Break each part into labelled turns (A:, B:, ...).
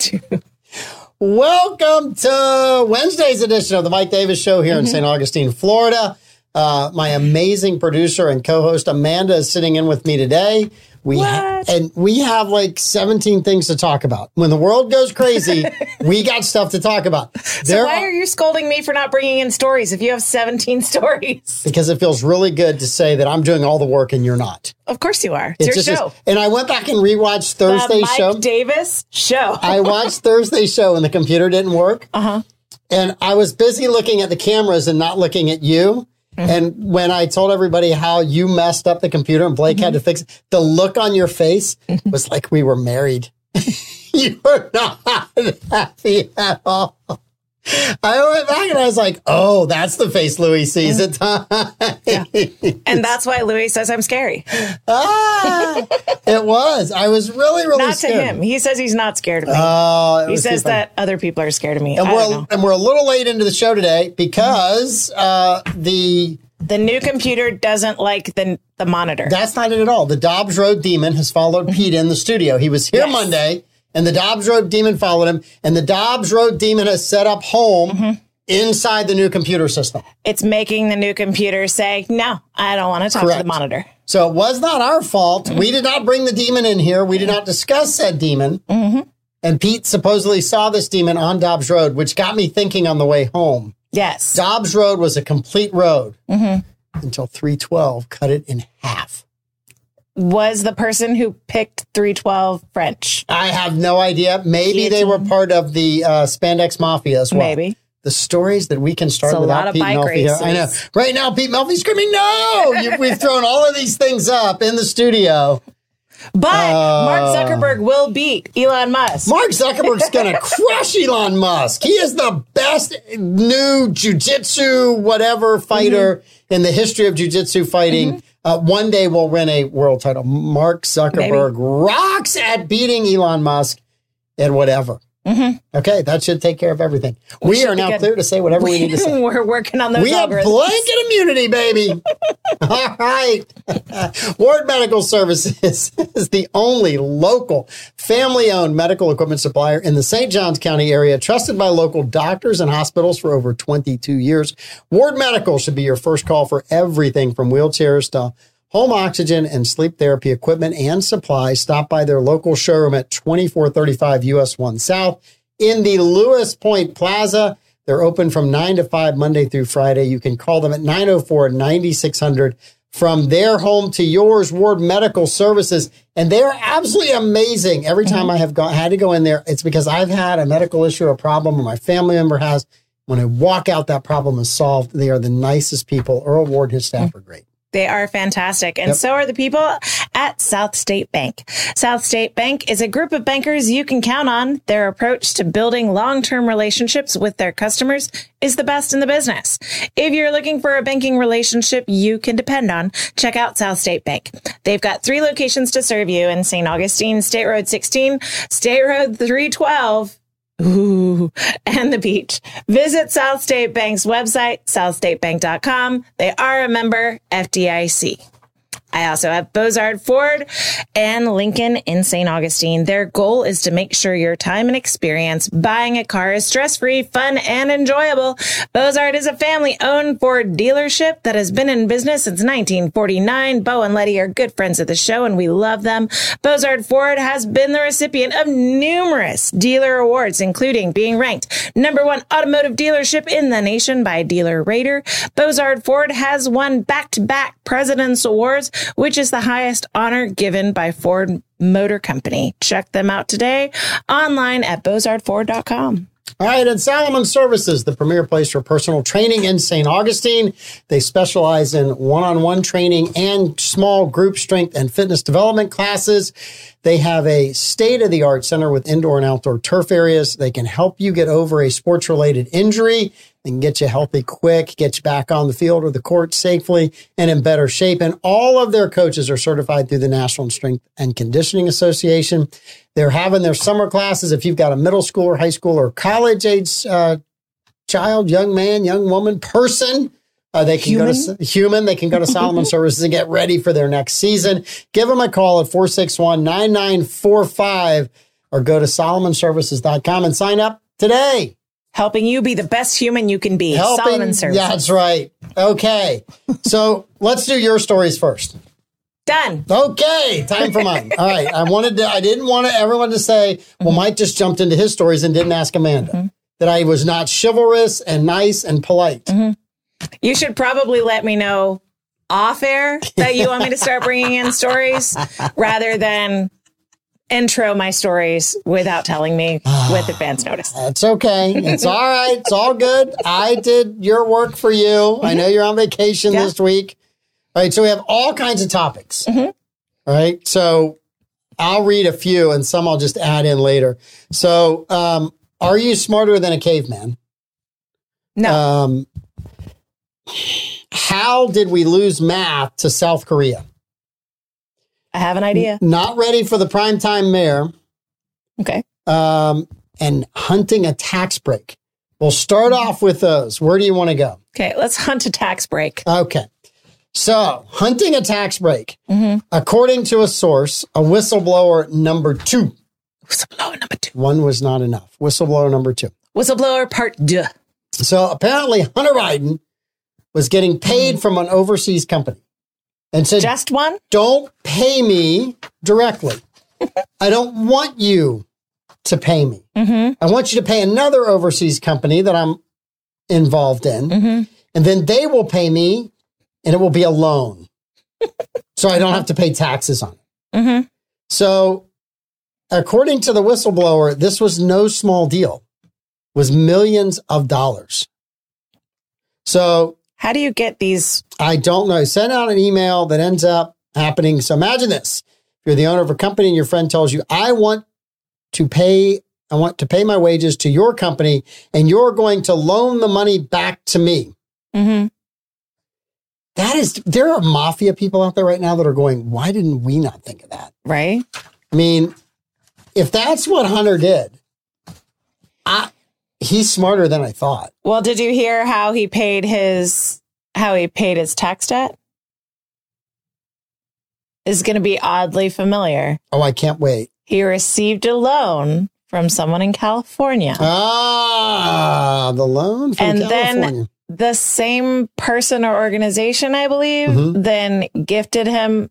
A: to.
B: Welcome to Wednesday's edition of the Mike Davis Show here in
A: Mm-hmm.
B: St. Augustine, Florida. Uh, my amazing producer and co-host Amanda is sitting in with me today. We ha-
A: What?
B: and we have like 17 things to talk about. When the world goes crazy, we got stuff to talk about. There
A: Why are you scolding me for not bringing in stories if you have 17 stories?
B: because it feels really good to say that I'm doing all the work and you're not.
A: Of course you are. It's, your
B: just-
A: show.
B: and I went back and rewatched Thursday's
A: the Mike
B: show.
A: Davis show.
B: I watched Thursday's show and the computer didn't work. Uh huh.
A: Uh-huh.
B: And I was busy looking at the cameras and not looking at you.
A: Mm-hmm.
B: And when I told everybody how you messed up the computer and Blake
A: Mm-hmm.
B: had to fix it, the look on your face was like we were married. you were not happy at all. I went back and I was like, oh, that's the face Louis sees
A: Mm-hmm.
B: at times.
A: and that's why Louis says I'm scary.
B: ah, it was. I was really, really
A: Not to
B: scared.
A: him. He says he's not scared of me.
B: Oh, it
A: he
B: was too
A: says
B: funny.
A: that other people are scared of me. I
B: And
A: don't
B: we're,
A: know.
B: and we're a little late into the show today because uh, the
A: The new computer doesn't like the, the monitor.
B: that's not it at all. The Dobbs Road Demon has followed Pete in the studio. He was here
A: Yes.
B: Monday, and the Dobbs Road Demon followed him, and the Dobbs Road Demon has set up home
A: Mm-hmm.
B: inside the new computer system.
A: it's making the new computer say, no, I don't want to talk to
B: Correct.
A: the monitor.
B: So it was not our fault. We did not bring the demon in here. We did not discuss said demon.
A: Mm-hmm.
B: And Pete supposedly saw this demon on Dobbs Road, which got me thinking on the way home.
A: Yes.
B: Dobbs Road was a complete road
A: Mm-hmm.
B: until 312 cut it in half.
A: Was the person who picked 312 French?
B: I have no idea. Maybe they were part of the uh, Spandex Mafia as well.
A: Maybe.
B: The stories that we can start
A: It's a
B: without
A: lot of
B: Pete
A: bike
B: Melfi here. I know.
A: races.
B: Right now, Pete Melfi's screaming, no! You- We've thrown all of these things up in the studio.
A: But
B: Uh,
A: Mark Zuckerberg will beat Elon Musk.
B: Mark Zuckerberg's going to crush Elon Musk. He is the best new jujitsu, whatever fighter in the history of jujitsu fighting. Uh, one day we'll win a world title. Mark Zuckerberg rocks at beating Elon Musk and whatever. Okay, that should take care of everything. We, are now
A: good.
B: clear to say whatever we need to say.
A: We're working on those
B: We have
A: algorithms.
B: blanket immunity, baby. All right. Ward Medical Services is the only local family owned medical equipment supplier in the St. Johns County area, trusted by local doctors and hospitals for over 22 years. Ward Medical should be your first call for everything from wheelchairs to home oxygen and sleep therapy equipment and supplies. Stop by their local showroom at 2435 US 1 South in the Lewis Point Plaza. They're open from 9 to 5 Monday through Friday. You can call them at 904 9600 from their home to yours, Ward Medical Services. And they are absolutely amazing. Every time I have gone, had to go in there, it's because I've had a medical issue or problem or my family member has. When I walk out, that problem is solved. They are the nicest people. Earl Ward, his staff are great.
A: They are fantastic. And so are the people at South State Bank. South State Bank is a group of bankers you can count on. Their approach to building long term relationships with their customers is the best in the business. If you're looking for a banking relationship you can depend on, check out South State Bank. They've got three locations to serve you in St. Augustine, State Road 16, State Road 312. Ooh, and the beach. Visit South State Bank's website, southstatebank.com. They are a member, FDIC. I also have Bozard Ford and Lincoln in St. Augustine. Their goal is to make sure your time and experience buying a car is stress free, fun, and enjoyable. Bozard is a family owned Ford dealership that has been in business since 1949. Bo and Letty are good friends of the show and we love them. Bozard Ford has been the recipient of numerous dealer awards, including being ranked number one automotive dealership in the nation by Dealer Rater. Bozard Ford has won back to back President's Awards, which is the highest honor given by Ford Motor Company. Check them out today online at bozardford.com.
B: All right, and Salomon Services, the premier place for personal training in St. Augustine. They specialize in one on one training and small group strength and fitness development classes. They have a state of the art center with indoor and outdoor turf areas. They can help you get over a sports related injury. They can get you healthy quick, get you back on the field or the court safely and in better shape. And all of their coaches are certified through the National Strength and Conditioning Association. They're having their summer classes. If you've got a middle school or high school or college age uh, child, young man, young woman, person, uh, they can go to human. They can go to Solomon Services and get ready for their next season. Give them a call at 461 9945. or go to solomonservices.com and sign up today.
A: Helping you be the best human you can be.
B: Helping,
A: Solomon Services.
B: Yeah, that's right. Okay. so let's do your stories first.
A: Done.
B: Okay, time for mine. All right, I wanted to. I didn't want everyone to say, "Well, Mike just jumped into his stories and didn't ask Amanda that I was not chivalrous and nice and polite."
A: You should probably let me know off air that you want me to start bringing in stories rather than intro my stories without telling me with advance notice.
B: That's okay. It's all right. It's all good. I did your work for you. I know you're on vacation
A: Yeah. Mm-hmm.
B: this week. All right, so we have all kinds of topics. All right, so I'll read a few and some I'll just add in later. So, um, are you smarter than a caveman?
A: No.
B: Um, how did we lose math to South Korea?
A: I have an idea.
B: Not ready for the primetime mayor
A: Okay.
B: um, and hunting a tax break. We'll start off with those. Where do you want to go?
A: Okay. Let's hunt a tax break.
B: Okay. So, hunting a tax break.
A: Mhm.
B: According to a source, a whistleblower number two,
A: Whistleblower number two.
B: one was not enough. Whistleblower number two.
A: Whistleblower part deux.
B: So apparently, Hunter Biden was getting paid from an overseas company and said,
A: Just one?
B: don't pay me directly. I don't want you to pay me.
A: Mm
B: I want you to pay another overseas company that I'm involved in,
A: hmm. Mm
B: and then they will pay me, and it will be a loan. so I don't have to pay taxes on it.
A: hmm. Mm hmm.
B: So, according to the whistleblower, this was no small deal. It was millions of dollars. So
A: How do you get these?
B: I don't know. Send out an email that ends up happening. So imagine this. If you're the owner of a company and your friend tells you, I want to pay, I want to pay my wages to your company and you're going to loan the money back to me.
A: Mm
B: That is, there are mafia people out there right now that are going, why didn't we not think of that?
A: hmm. Right?
B: I mean, if that's what Hunter did, I, he's smarter than I thought.
A: Well, did you hear how he paid his how he paid his tax debt? Is going to be oddly familiar.
B: Oh, I can't wait.
A: He received a loan from someone in California.
B: Uh. Ah, the loan from
A: And then-
B: California.
A: the same person or organization, I believe,
B: Mhm.
A: then gifted him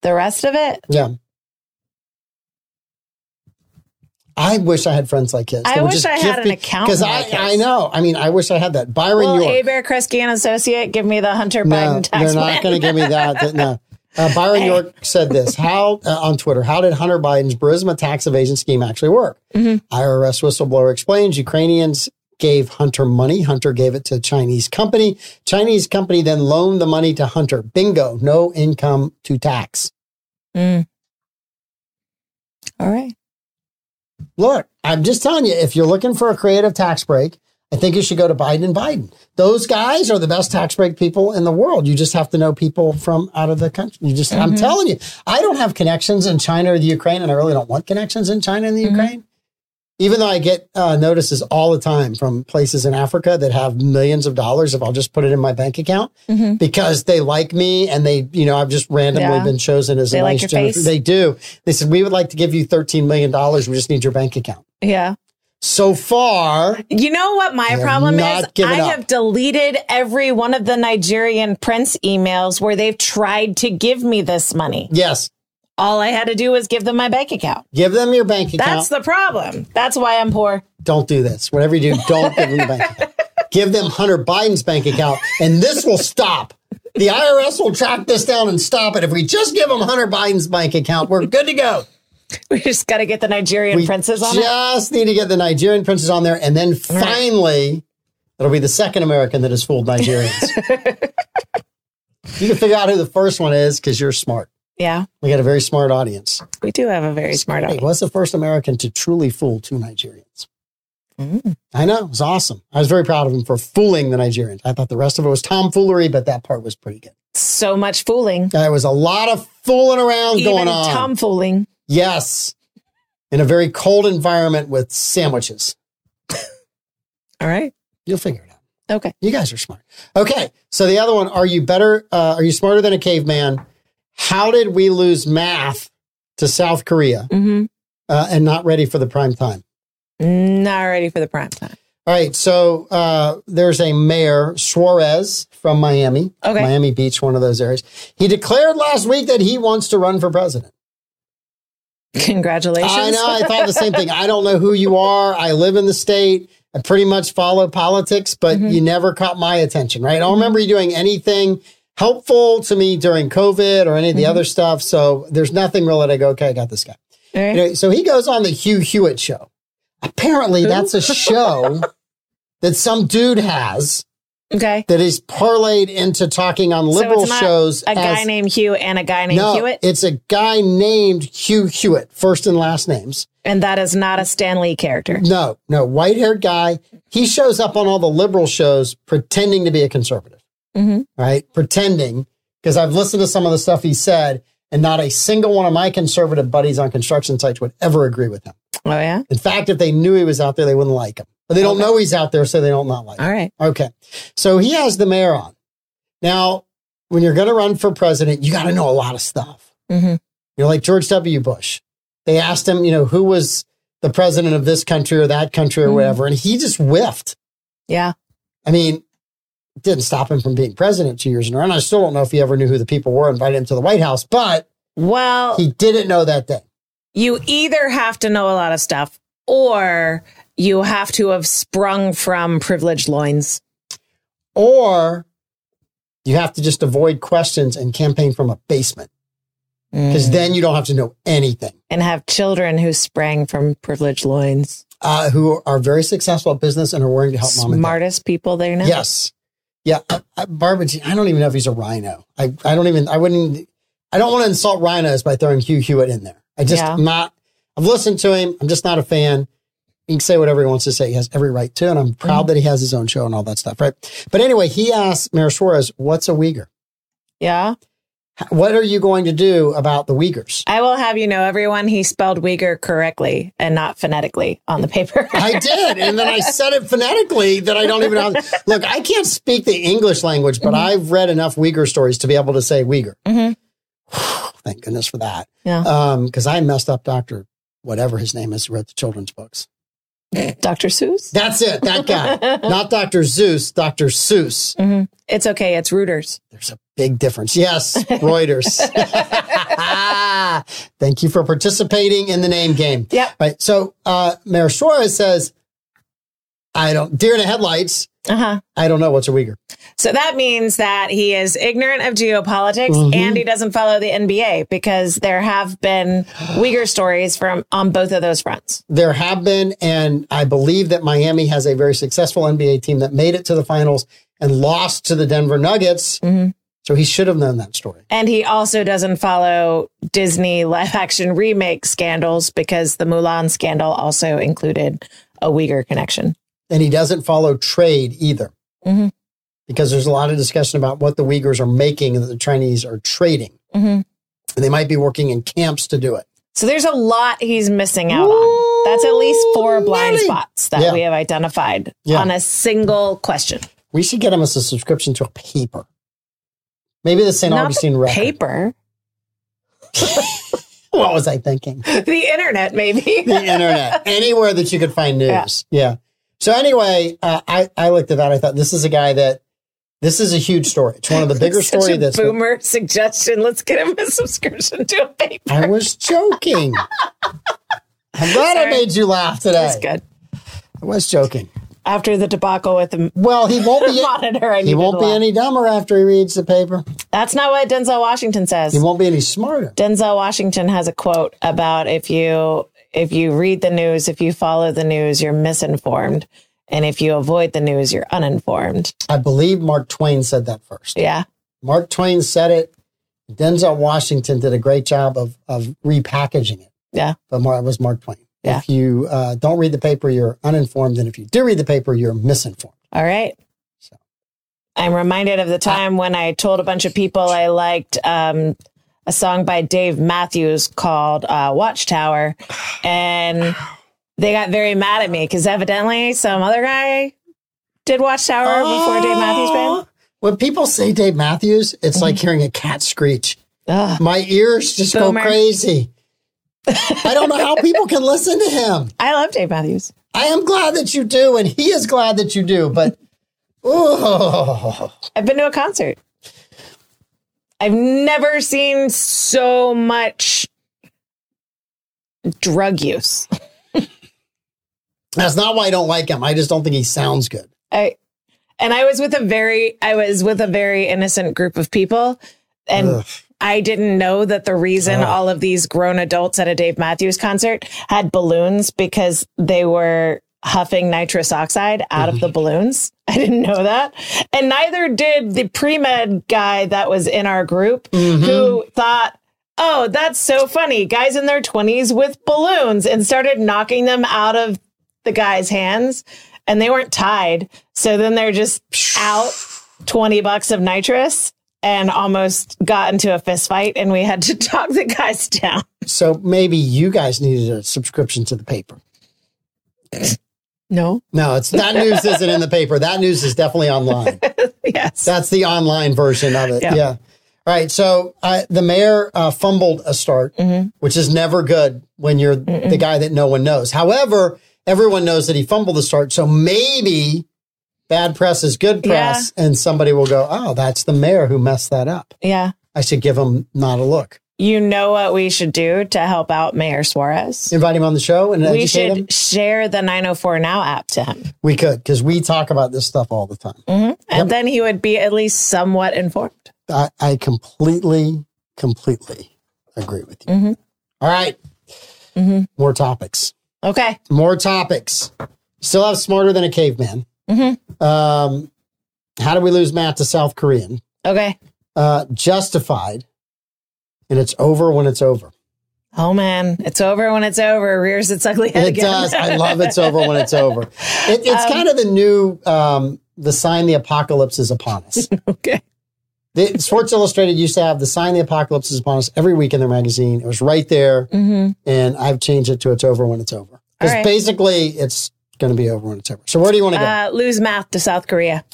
A: the rest of it.
B: Yeah. I wish I had friends like his.
A: I wish I had an accountant
B: Because I,
A: like his.
B: I know. I mean, I wish I had that. Byron
A: Will
B: York.
A: Abear Kresge and Associate give me the Hunter
B: no,
A: Biden
B: they're
A: tax
B: not
A: plan?
B: going to give me that. That- no. Uh, Byron
A: Hey.
B: York said this how uh, on Twitter, how did Hunter Biden's Burisma tax evasion scheme actually work?
A: Mhm.
B: IRS whistleblower explains Ukrainians gave Hunter money. Hunter gave it to a Chinese company. Chinese company then loaned the money to Hunter. Bingo, no income to tax.
A: Mm. Mm-hmm. All right.
B: look, I'm just telling you, if you're looking for a creative tax break, I think you should go to Biden and Biden. Those guys are the best tax break people in the world. You just have to know people from out of the country. You just, I'm telling you, I don't have connections in China or the Ukraine, and I really don't want connections in China and the Ukraine. Even though I get uh, notices all the time from places in Africa that have millions of dollars, if I'll just put it in my bank account,
A: Mhm.
B: because they like me and they, you know, I've just randomly
A: Yeah.
B: been chosen as
A: They
B: a
A: like
B: nice
A: your
B: Jennifer-
A: face?
B: They do. They said, we would like to give you $13 million. We just need your bank account.
A: Yeah.
B: So far,
A: You know what my
B: have
A: problem is?
B: not given
A: I
B: up.
A: have deleted every one of the Nigerian prince emails where they've tried to give me this money.
B: yes,
A: All I had to do was give them my bank account.
B: give them your bank account.
A: That's the problem. That's why I'm poor.
B: don't do this. Whatever you do, don't give them the bank account. Give them Hunter Biden's bank account, and this will stop. The IRS will track this down and stop it. If we just give them Hunter Biden's bank account, we're good to go.
A: We just got to get the Nigerian
B: We
A: princes on it.
B: just need to get the Nigerian princes on there, and then finally, it'll be the second American that has fooled Nigerians. you can figure out who the first one is because you're smart.
A: Yeah,
B: We got a very smart audience.
A: we do have a very smart
B: Hey,
A: audience.
B: was the first American to truly fool two Nigerians.
A: Mm.
B: I know. It was awesome. I was very proud of him for fooling the Nigerians. I thought the rest of it was tomfoolery, but that part was pretty good.
A: So much fooling,
B: There was a lot of fooling around
A: even
B: going on.
A: tomfooling.
B: yes. In a very cold environment with sandwiches.
A: All right.
B: You'll figure it out.
A: Okay.
B: You guys are smart. Okay. So the other one are you better? Uh, are you smarter than a caveman? How did we lose math to South Korea?
A: Mm-hmm.
B: uh, and not ready for the prime time.
A: Not ready for the prime time.
B: All right, so uh, there's a mayor Suarez from Miami,
A: Okay.
B: Miami Beach, one of those areas. He declared last week that he wants to run for president.
A: Congratulations.
B: I know. I thought the same thing. I don't know who you are. I live in the state. I pretty much follow politics, but
A: Mm-hmm.
B: you never caught my attention, right? I don't remember you doing anything helpful to me during COVID or any of the
A: Mm-hmm.
B: other stuff. So there's nothing really that I go, okay, I got this guy.
A: All right.
B: Anyway, so he goes on the Hugh Hewitt show. Apparently, that's a show that some dude has
A: Okay.
B: that is parlayed into talking on liberal
A: not
B: shows.
A: A guy
B: as-
A: named Hugh and a guy named
B: no,
A: Hewitt.
B: it's a guy named Hugh Hewitt, first and last names.
A: and that is not a Stan Lee character.
B: No, no, white haired guy. He shows up on all the liberal shows pretending to be a conservative,
A: Mhm.
B: right? Pretending, because I've listened to some of the stuff he said, and not a single one of my conservative buddies on construction sites would ever agree with him.
A: Oh, yeah.
B: In fact, if they knew he was out there, they wouldn't like him. But they don't know he's out there, so they don't not like him.
A: All right.
B: Okay. So he has the mayor on. Now, when you're going to run for president, you got to know a lot of stuff.
A: Mhm.
B: You know, like George W. Bush. They asked him, you know, who was the president of this country or that country or
A: Mhm.
B: whatever. And he just whiffed.
A: Yeah.
B: I mean, it didn't stop him from being president two years in a row. And I still don't know if he ever knew who the people were invited him to the White House, but
A: Well,
B: he didn't know that day.
A: you either have to know a lot of stuff or you have to have sprung from privileged loins.
B: Or you have to just avoid questions and campaign from a basement because
A: Mm-hmm.
B: then you don't have to know anything.
A: and have children who sprang from privileged loins.
B: uh, who are very successful at business and are willing to help mom and dad.
A: Smartest people they know.
B: Yes. Yeah. Uh, uh, Barbara, Jean- I don't even know if he's a rhino. I, I don't even, I wouldn't, I don't want to insult rhinos by throwing Hugh Hewitt in there. I just
A: Yeah.
B: not, I've listened to him. I'm just not a fan. He can say whatever he wants to say. He has every right to, and I'm proud that he has his own show and all that stuff. Right. But anyway, he asked Mayor Suarez, what's a Uyghur?
A: Yeah.
B: H- What are you going to do about the Uyghurs?
A: I will have you know everyone he spelled Uyghur correctly and not phonetically on the paper.
B: I did. And then I said it phonetically that I don't even know. Look, I can't speak the English language, but I've read enough Uyghur stories to be able to say Uyghur.
A: Mhm.
B: Thank goodness for that.
A: Yeah.
B: Because I messed up Dr. Whatever his name is, who wrote the children's books.
A: Dr. Seuss?
B: That's it. That guy. Not Dr. Zeus, Dr. Seuss.
A: hmm It's okay. It's Reuters.
B: There's a big difference. Yes, Reuters. Thank you for participating in the name game.
A: Yep.
B: Right. So uh, Mayor Suarez says, I don't, deer in the headlights,
A: Uh huh.
B: I don't know what's a Uyghur.
A: So that means that he is ignorant of geopolitics
B: Mhm.
A: and he doesn't follow the NBA because there have been Uyghur stories from on both of those fronts.
B: There have been, and I believe that Miami has a very successful NBA team that made it to the finals and lost to the Denver Nuggets.
A: Mhm.
B: So he should have known that story.
A: And he also doesn't follow Disney live action remake scandals because the Mulan scandal also included a Uyghur connection.
B: And he doesn't follow trade either
A: Mhm.
B: because there's a lot of discussion about what the Uyghurs are making and that the Chinese are trading.
A: Mhm.
B: And they might be working in camps to do it.
A: So there's a lot he's missing out on. That's at least four blind
B: Many.
A: spots that
B: Yeah.
A: we have identified
B: Yeah.
A: on a single question.
B: We should get him as a subscription to a paper. Maybe the St.
A: Not
B: Augustine
A: the
B: record.
A: paper,
B: What was I thinking?
A: the internet, maybe.
B: the internet, anywhere that you could find news. Yeah. So anyway, uh, I I looked at that. I thought this is a guy that this is a huge story. It's one of the bigger
A: Such
B: story
A: a
B: that's.
A: boomer suggestion. Let's get him a subscription to a paper.
B: I was joking. I'm glad I
A: Sorry.
B: made you laugh today.
A: That's good.
B: I was joking.
A: After the debacle with the
B: Well, he won't be.
A: monitor, I
B: He won't be any dumber after he reads the paper.
A: That's not what Denzel Washington says.
B: He won't be any smarter.
A: Denzel Washington has a quote about if you if you read the news, if you follow the news, you're misinformed, and if you avoid the news, you're uninformed.
B: I believe Mark Twain said that first.
A: Yeah.
B: Mark Twain said it. Denzel Washington did a great job of of repackaging it.
A: Yeah.
B: but Mar- it was Mark Twain.
A: Yeah.
B: If you uh, don't read the paper, you're uninformed, and if you do read the paper, you're misinformed.
A: All right.
B: So.
A: I'm reminded of the time when I told a bunch of people I liked um, a song by Dave Matthews called uh, Watchtower, and they got very mad at me because evidently some other guy did Watchtower before Dave Matthews
B: Oh.
A: Band.
B: When people say Dave Matthews, it's like hearing a cat screech.
A: Ugh.
B: My ears just
A: Boomer.
B: go crazy. I don't know how people can listen to him.
A: I love Dave Matthews.
B: I am glad that you do, and he is glad that you do. But oh,
A: I've been to a concert. I've never seen so much drug use.
B: that's not why I don't like him. I just don't think he sounds good.
A: I and I was with a very I was with a very innocent group of people and
B: Ugh.
A: I didn't know that the reason
B: Ugh.
A: all of these grown adults at a Dave Matthews concert had balloons because they were huffing nitrous oxide out of the balloons. I didn't know that. And neither did the pre-med guy that was in our group who thought, "Oh, that's so funny. Guys in their 20s with balloons." And started knocking them out of the guy's hands and they weren't tied. So then they're just out 20 bucks of nitrous and almost got into a fist fight and we had to talk the guys down.
B: So maybe you guys needed a subscription to the paper.
A: No.
B: No, it's that news isn't in the paper. That news is definitely online.
A: Yes.
B: That's the online version of it. Yeah.
A: Yeah.
B: All right. So uh, the mayor uh, fumbled a start,
A: Mm-hmm.
B: which is never good when you're the guy that no one knows. However, everyone knows that he fumbled the start. So maybe bad press is good press, and somebody will go, "Oh, that's the mayor who messed that up.
A: yeah.
B: I should give him not a look."
A: You know what we should do to help out Mayor Suarez?
B: Invite him on the show and
A: We
B: educate
A: should
B: him.
A: share the 904 Now app to him. Mm-hmm.
B: We could because we talk about this stuff all the time.
A: And then he would be at least somewhat informed.
B: I, I completely, completely agree with you.
A: Mhm.
B: All right. More topics.
A: Okay.
B: More topics. Still have smarter than a caveman.
A: Mhm.
B: Um, how do we lose Matt to South Korean?
A: Okay.
B: Uh, justified. And it's over when it's over.
A: Oh man, it's over when it's over. Rears its ugly head
B: It
A: again.
B: does. I love it's over when it's over. It, it's kind of the new um, the sign the apocalypse is upon us.
A: okay.
B: The, Sports Illustrated used to have the sign the apocalypse is upon us every week in their magazine. It was right there.
A: Mm-hmm.
B: and I've changed it to it's over when it's over. Because
A: All right.
B: basically, it's going to be over when it's over. So where do you want to go?
A: Uh, lose math to South Korea.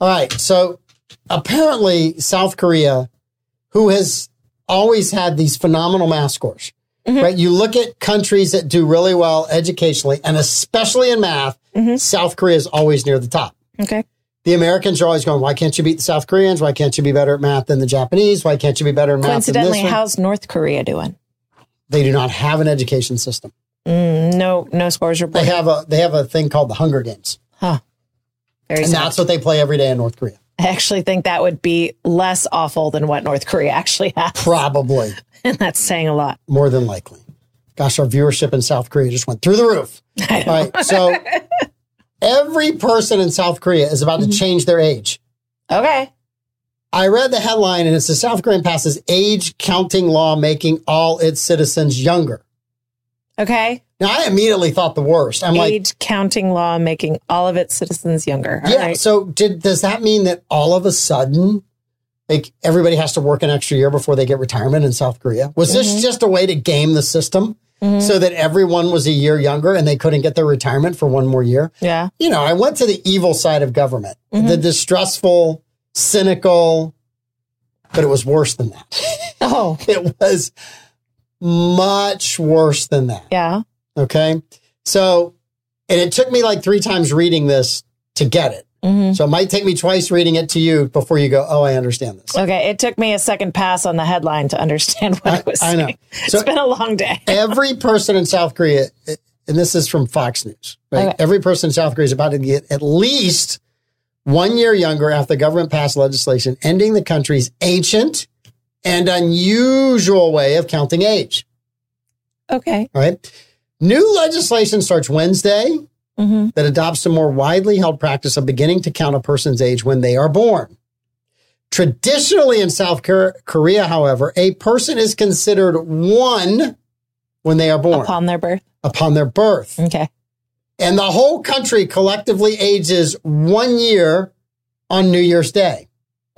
B: All right. So apparently, South Korea, who has always had these phenomenal math scores,
A: Mm-hmm.
B: right? You look at countries that do really well educationally, and especially in math,
A: Mm-hmm.
B: South Korea is always near the top.
A: Okay.
B: The Americans are always going, why can't you beat the South Koreans? Why can't you be better at math than the Japanese? Why can't you be better at math than this
A: Coincidentally,
B: one?
A: how's North Korea doing?
B: they do not have an education system.
A: Mm, no, no scores
B: They
A: reported.
B: have a they have a thing called the Hunger Games.
A: Huh. Very
B: And
A: sad.
B: that's what they play every day in North Korea.
A: I actually think that would be less awful than what North Korea actually has.
B: Probably,
A: And that's saying a lot.
B: more than likely. Gosh, our viewership in South Korea just went through the roof. All right. So every person in South Korea is about to change their age.
A: Okay.
B: I read the headline and it says South Korea passes age counting law making all its citizens younger.
A: Okay.
B: Now I immediately thought the worst. I'm like,
A: Age counting law making all of its citizens younger. All right.
B: yeah. So did does that mean that all of a sudden like everybody has to work an extra year before they get retirement in South Korea? Was
A: Mm-hmm.
B: this just a way to game the system so that everyone was a year younger and they couldn't get their retirement for one more year?
A: Yeah.
B: You know, I went to the evil side of government,
A: Mm-hmm.
B: the distrustful, cynical, but it was worse than that.
A: Oh,
B: It was much worse than that.
A: yeah.
B: Okay. So, and it took me like three times reading this to get it.
A: hmm
B: So it might take me twice reading it to you before you go, oh, I understand this.
A: Okay. It took me a second pass on the headline to understand what
B: I-
A: it was
B: I
A: saying.
B: know. So-
A: it's been a long day.
B: Every person in South Korea, and this is from Fox News, right?
A: Okay.
B: Every person in South Korea is about to get at least one year younger after the government passed legislation ending the country's ancient and unusual way of counting age.
A: Okay.
B: All right. New legislation starts Wednesday
A: Mm-hmm.
B: that adopts a more widely held practice of beginning to count a person's age when they are born. Traditionally in South Kor- Korea, however, a person is considered one when they are born upon,
A: Upon their birth.
B: their birth.
A: Okay.
B: And the whole country collectively ages one year on New Year's Day.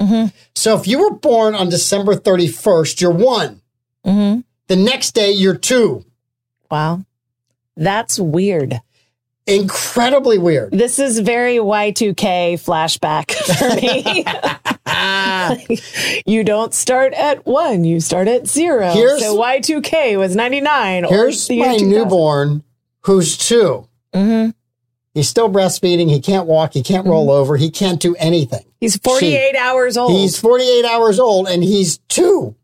A: Mhm.
B: So if you were born on December 31st, you're one.
A: Mm-hmm.
B: The next day, you're two.
A: Wow. That's weird.
B: Incredibly weird.
A: This is very Y2K flashback for me. you don't start at one, you start at zero.
B: Here's-
A: so Y2K was 99. or
B: Here's
A: the year
B: my
A: 2000.
B: newborn who's two.
A: Mhm.
B: He's still breastfeeding. He can't walk. He can't roll
A: Mm-hmm.
B: over. He can't do anything.
A: He's 48 hours old.
B: He's 48 hours old and he's two.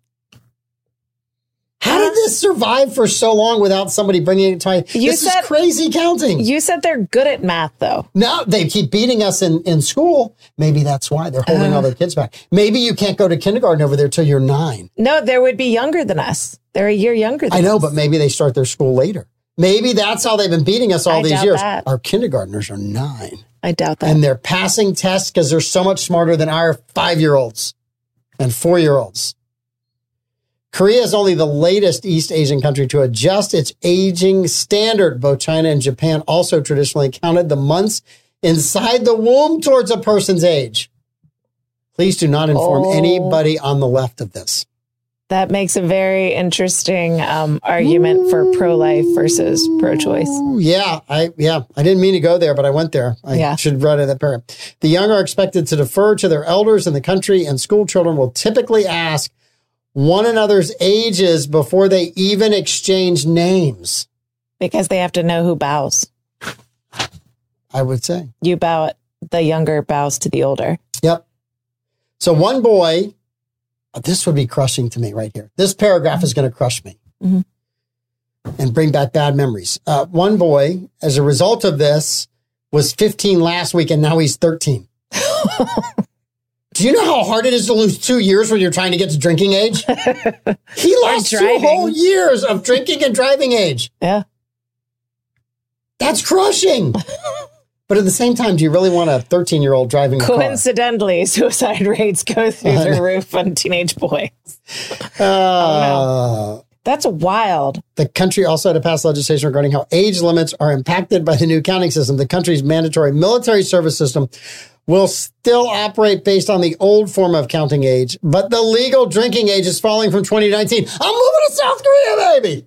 B: How did this survive for so long without somebody bringing it to my?
A: You
B: this
A: said-
B: is crazy counting.
A: you said they're good at math, though.
B: No, they keep beating us in, in school. Maybe that's why they're
A: Uh.
B: holding all their kids back. Maybe you can't go to kindergarten over there till you're nine.
A: No, they would be younger than us. They're a year younger than
B: I know,
A: us.
B: but maybe they start their school later. Maybe that's how they've been beating us all
A: I
B: these
A: doubt
B: years.
A: that.
B: Our kindergartners are nine
A: I doubt that.
B: and they're passing tests because they're so much smarter than our five year olds and four year olds. Korea is only the latest East Asian country to adjust its aging standard. Both China and Japan also traditionally counted the months inside the womb towards a person's age. Please do not inform
A: Oh.
B: anybody on the left of this.
A: that makes a very interesting um, argument for pro life versus pro choice.
B: Ooh, Yeah, I yeah, I didn't mean to go there, but I went there. I
A: Yeah.
B: should have read it that paragraph. The young are expected to defer to their elders in the country, and school children will typically ask one another's ages before they even exchange names.
A: because they have to know who bows.
B: I would say.
A: You bow it. The younger bows to the older.
B: Yep. So one boy, this would be crushing to me right here. This paragraph is going to crush me
A: Mhm.
B: and bring back bad memories. Uh, one boy, as a result of this, was 15 last week and now he's 13. Do you know how hard it is to lose two years when you're trying to get to drinking age? he lost two
A: driving.
B: whole years of drinking and driving age.
A: Yeah.
B: That's crushing. but at the same time, do you really want a 13 year old driving a car?
A: Coincidentally, suicide rates go through the roof on teenage boys.
B: Ah. Uh,
A: That's wild.
B: the country also had to pass legislation regarding how age limits are impacted by the new counting system. The country's mandatory military service system will still operate based on the old form of counting age, but the legal drinking age is falling from 2019. I'm moving to South Korea, baby.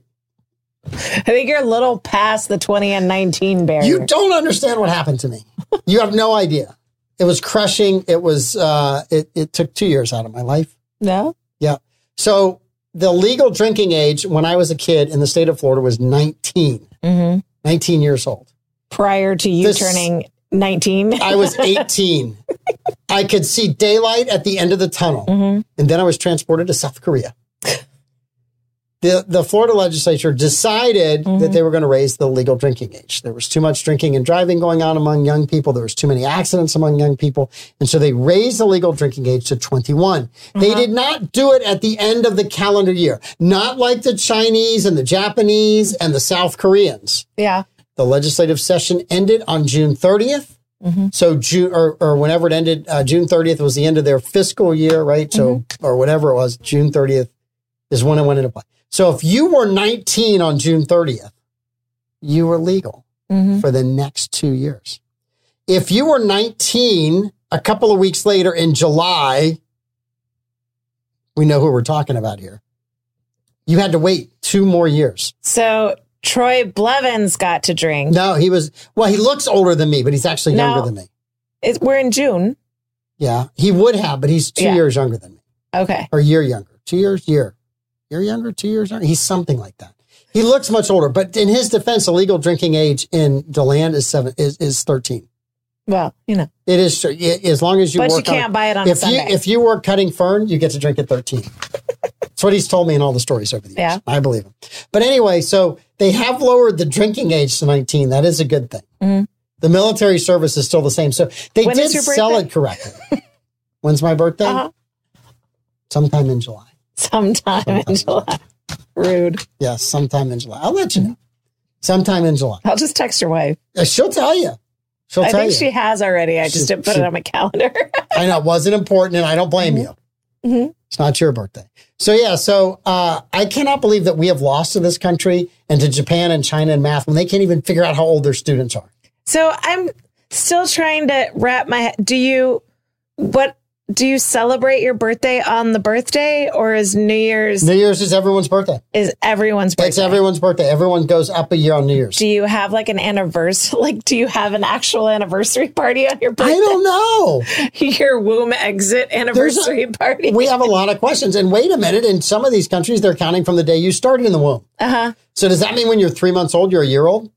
A: I think you're a little past the 20 and 19 barrier.
B: You don't understand what happened to me. You have no idea. It was crushing. It was. Uh, it it took two years out of my life.
A: no?
B: Yeah. So the legal drinking age when I was a kid in the state of Florida was 19,
A: hmm
B: 19 years old.
A: Prior to you
B: This-
A: turning 19.
B: I was 18. I could see daylight at the end of the tunnel.
A: Mhm.
B: And then I was transported to South Korea. The, the Florida legislature decided that they were going to raise the legal drinking age. There was too much drinking and driving going on among young people. There was too many accidents among young people. And so they raised the legal drinking age to 21. They did not do it at the end of the calendar year, not like the Chinese and the Japanese and the South Koreans.
A: Yeah.
B: The legislative session ended on June 30th. So June or, or whenever it ended, uh, June 30th was the end of their fiscal year, right? So or whatever it was, June 30th is when it went into play. So if you were 19 on June 30th, you were legal
A: Mhm.
B: for the next two years. If you were 19 a couple of weeks later in July, we know who we're talking about here. You had to wait two more years.
A: So Troy Blevins got to drink.
B: No, he was. Well, he looks older than me, but he's actually
A: No.
B: younger than me.
A: It- we're in June.
B: Yeah, he would have, but he's two
A: Yeah.
B: years younger than me,
A: Okay.
B: or a year younger, two years, year, year younger, two years younger. He's something like that. He looks much older, but in his defense, the legal drinking age in Deland is seven is, is thirteen.
A: Well, you know,
B: It is so- y- as long as you
A: but
B: work
A: you can't
B: on
A: buy it on
B: if
A: Sunday.
B: you if you work cutting fern, you get to drink at thirteen. That's what he's told me in all the stories over the years.
A: Yeah.
B: I believe him. But anyway, so they have lowered the drinking age to nineteen. That is a good thing.
A: Mhm.
B: The military service is still the same, so they
A: When
B: did
A: is your
B: sell
A: birthday?
B: it correctly. When's my birthday?
A: Uh-huh.
B: Sometime in July.
A: Sometime in July. Rude.
B: Yes, sometime in July. I'll let you know. Sometime in July.
A: I'll just text your wife.
B: Uh, She'll tell you. She'll
A: I
B: tell
A: think
B: you.
A: she has already. I
B: She-
A: just didn't put
B: she- Mm-hmm.
A: it on my calendar.
B: I know it wasn't important, and I don't blame you.
A: Mhm.
B: It's not your birthday. So yeah, so uh, I cannot believe that we have lost to this country and to Japan and China and math when they can't even figure out how old their students are.
A: so I'm still trying to wrap my head. Do you, what do you celebrate your birthday on the birthday or is New Year's
B: New Year's is everyone's birthday.
A: is everyone's birthday?
B: It's everyone's birthday. Everyone goes up a year on New Year's.
A: do you have like an anniversary? Like, do you have an actual anniversary party on your
B: I
A: birthday?
B: don't know.
A: Your womb exit anniversary party?
B: We have a lot of questions. And wait a minute, in some of these countries, they're counting from the day you started in the womb.
A: Uh huh.
B: So does that mean when you're three months old, you're a year old?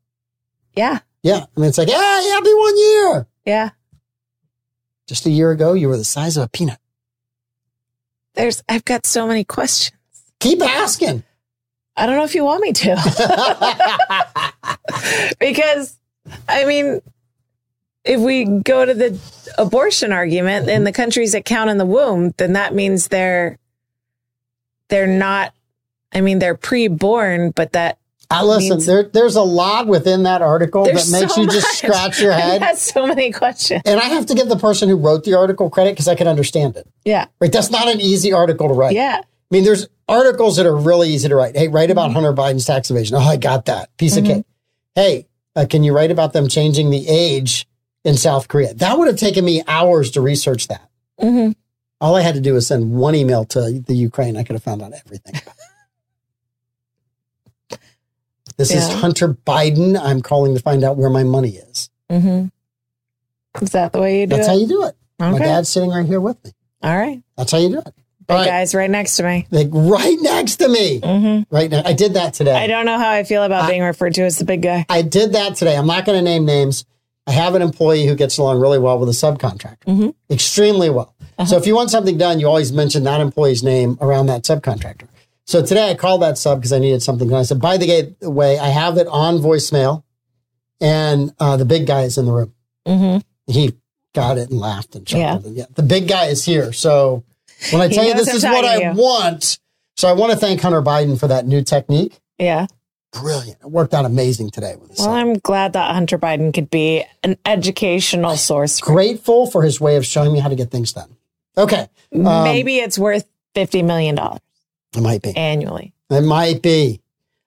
A: Yeah.
B: Yeah. I mean, it's like, hey, happy one year.
A: Yeah.
B: Just a year ago, you were the size of a peanut.
A: There's, I've got so many questions.
B: Keep asking.
A: I don't know if you want me to because, I mean, if we go to the abortion argument in the countries that count in the womb, then that means they're they're not. I mean, they're pre-born, but that
B: I listen,
A: Means-
B: there, there's a lot within that article Oh,
A: there's
B: that makes
A: so
B: you just
A: much.
B: scratch your
A: I've
B: head.
A: got so many questions.
B: And I have to give the person who wrote the article credit because I could understand it.
A: Yeah,
B: Right. That's not an easy article to write.
A: yeah,
B: I mean, there's articles that are really easy to write. Hey, write
A: Mm-hmm.
B: about Hunter Biden's tax evasion. Oh, I got that. Piece of cake. Hey, uh, can you write about them changing the age in South Korea? That would have taken me hours to research that.
A: hmm
B: All I had to do was send one email to the Ukraine. I could have found out everything. this is
A: Yeah.
B: Hunter Biden. I'm calling to find out where my money is.
A: hmm mm-hmm. Is that the way you do
B: That's
A: it?
B: how you do it. My
A: okay.
B: dad's sitting right here with me.
A: All right.
B: That's how you do it.
A: Big
B: All right.
A: guy's right next to me.
B: Like right next to me.
A: hmm
B: Right now. I did that today.
A: I don't know how I feel about
B: I-
A: being referred to as the big guy.
B: I did that today. I'm not going to name names. I have an employee who gets along really well with a subcontractor,
A: Mhm.
B: extremely well.
A: Uh-huh.
B: So if you want something done, you always mention that employee's name around that subcontractor. So today I called that sub because I needed something done. I said, by the way, I have it on voicemail, and uh, the big guy is in the room.
A: Mm-hmm.
B: He got it and laughed and
A: Yeah.
B: chuckled. And yeah, the big guy is here. So when I
A: He
B: tell you
A: knows
B: this
A: I'm
B: is what
A: talking to
B: I
A: you.
B: want, so I want to thank Hunter Biden for that new technique.
A: Yeah.
B: Brilliant! It worked out amazing today with this.
A: Well, I'm glad that Hunter Biden could be an educational source.
B: grateful for his way of showing me how to get things done. Okay. Um,
A: Maybe it's worth $50 million
B: It might be.
A: annually.
B: It might be.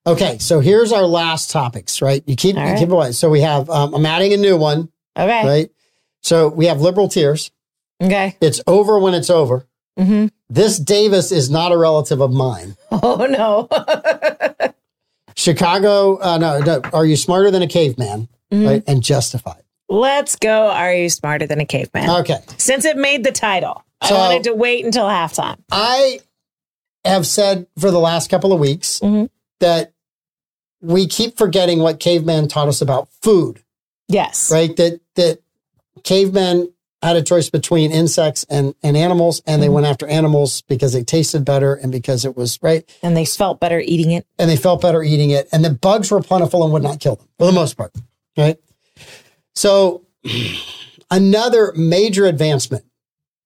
B: Okay. So here's our last topics, right? You keep,
A: All
B: you
A: right.
B: keep away. So we have, um, I'm adding a new one,
A: Okay.
B: right? So we have liberal tears.
A: Okay.
B: It's over when it's over.
A: hmm
B: This Davis is not a relative of mine.
A: Oh, no.
B: Chicago, uh, no, no, are you smarter than a caveman?
A: Mhm.
B: Right. And justified.
A: Let's go. Are you smarter than a caveman?
B: Okay.
A: Since it made the title,
B: Uh, So-
A: I wanted to wait until halftime.
B: I have said for the last couple of weeks
A: Mhm.
B: that we keep forgetting what caveman taught us about food.
A: Yes.
B: right? That that cavemen had a choice between insects and, and animals, and they went after animals because they tasted better and because it was right,
A: And they felt better eating it.
B: and they felt better eating it, and the bugs were plentiful and would not kill them for the most part, right? So, another major advancement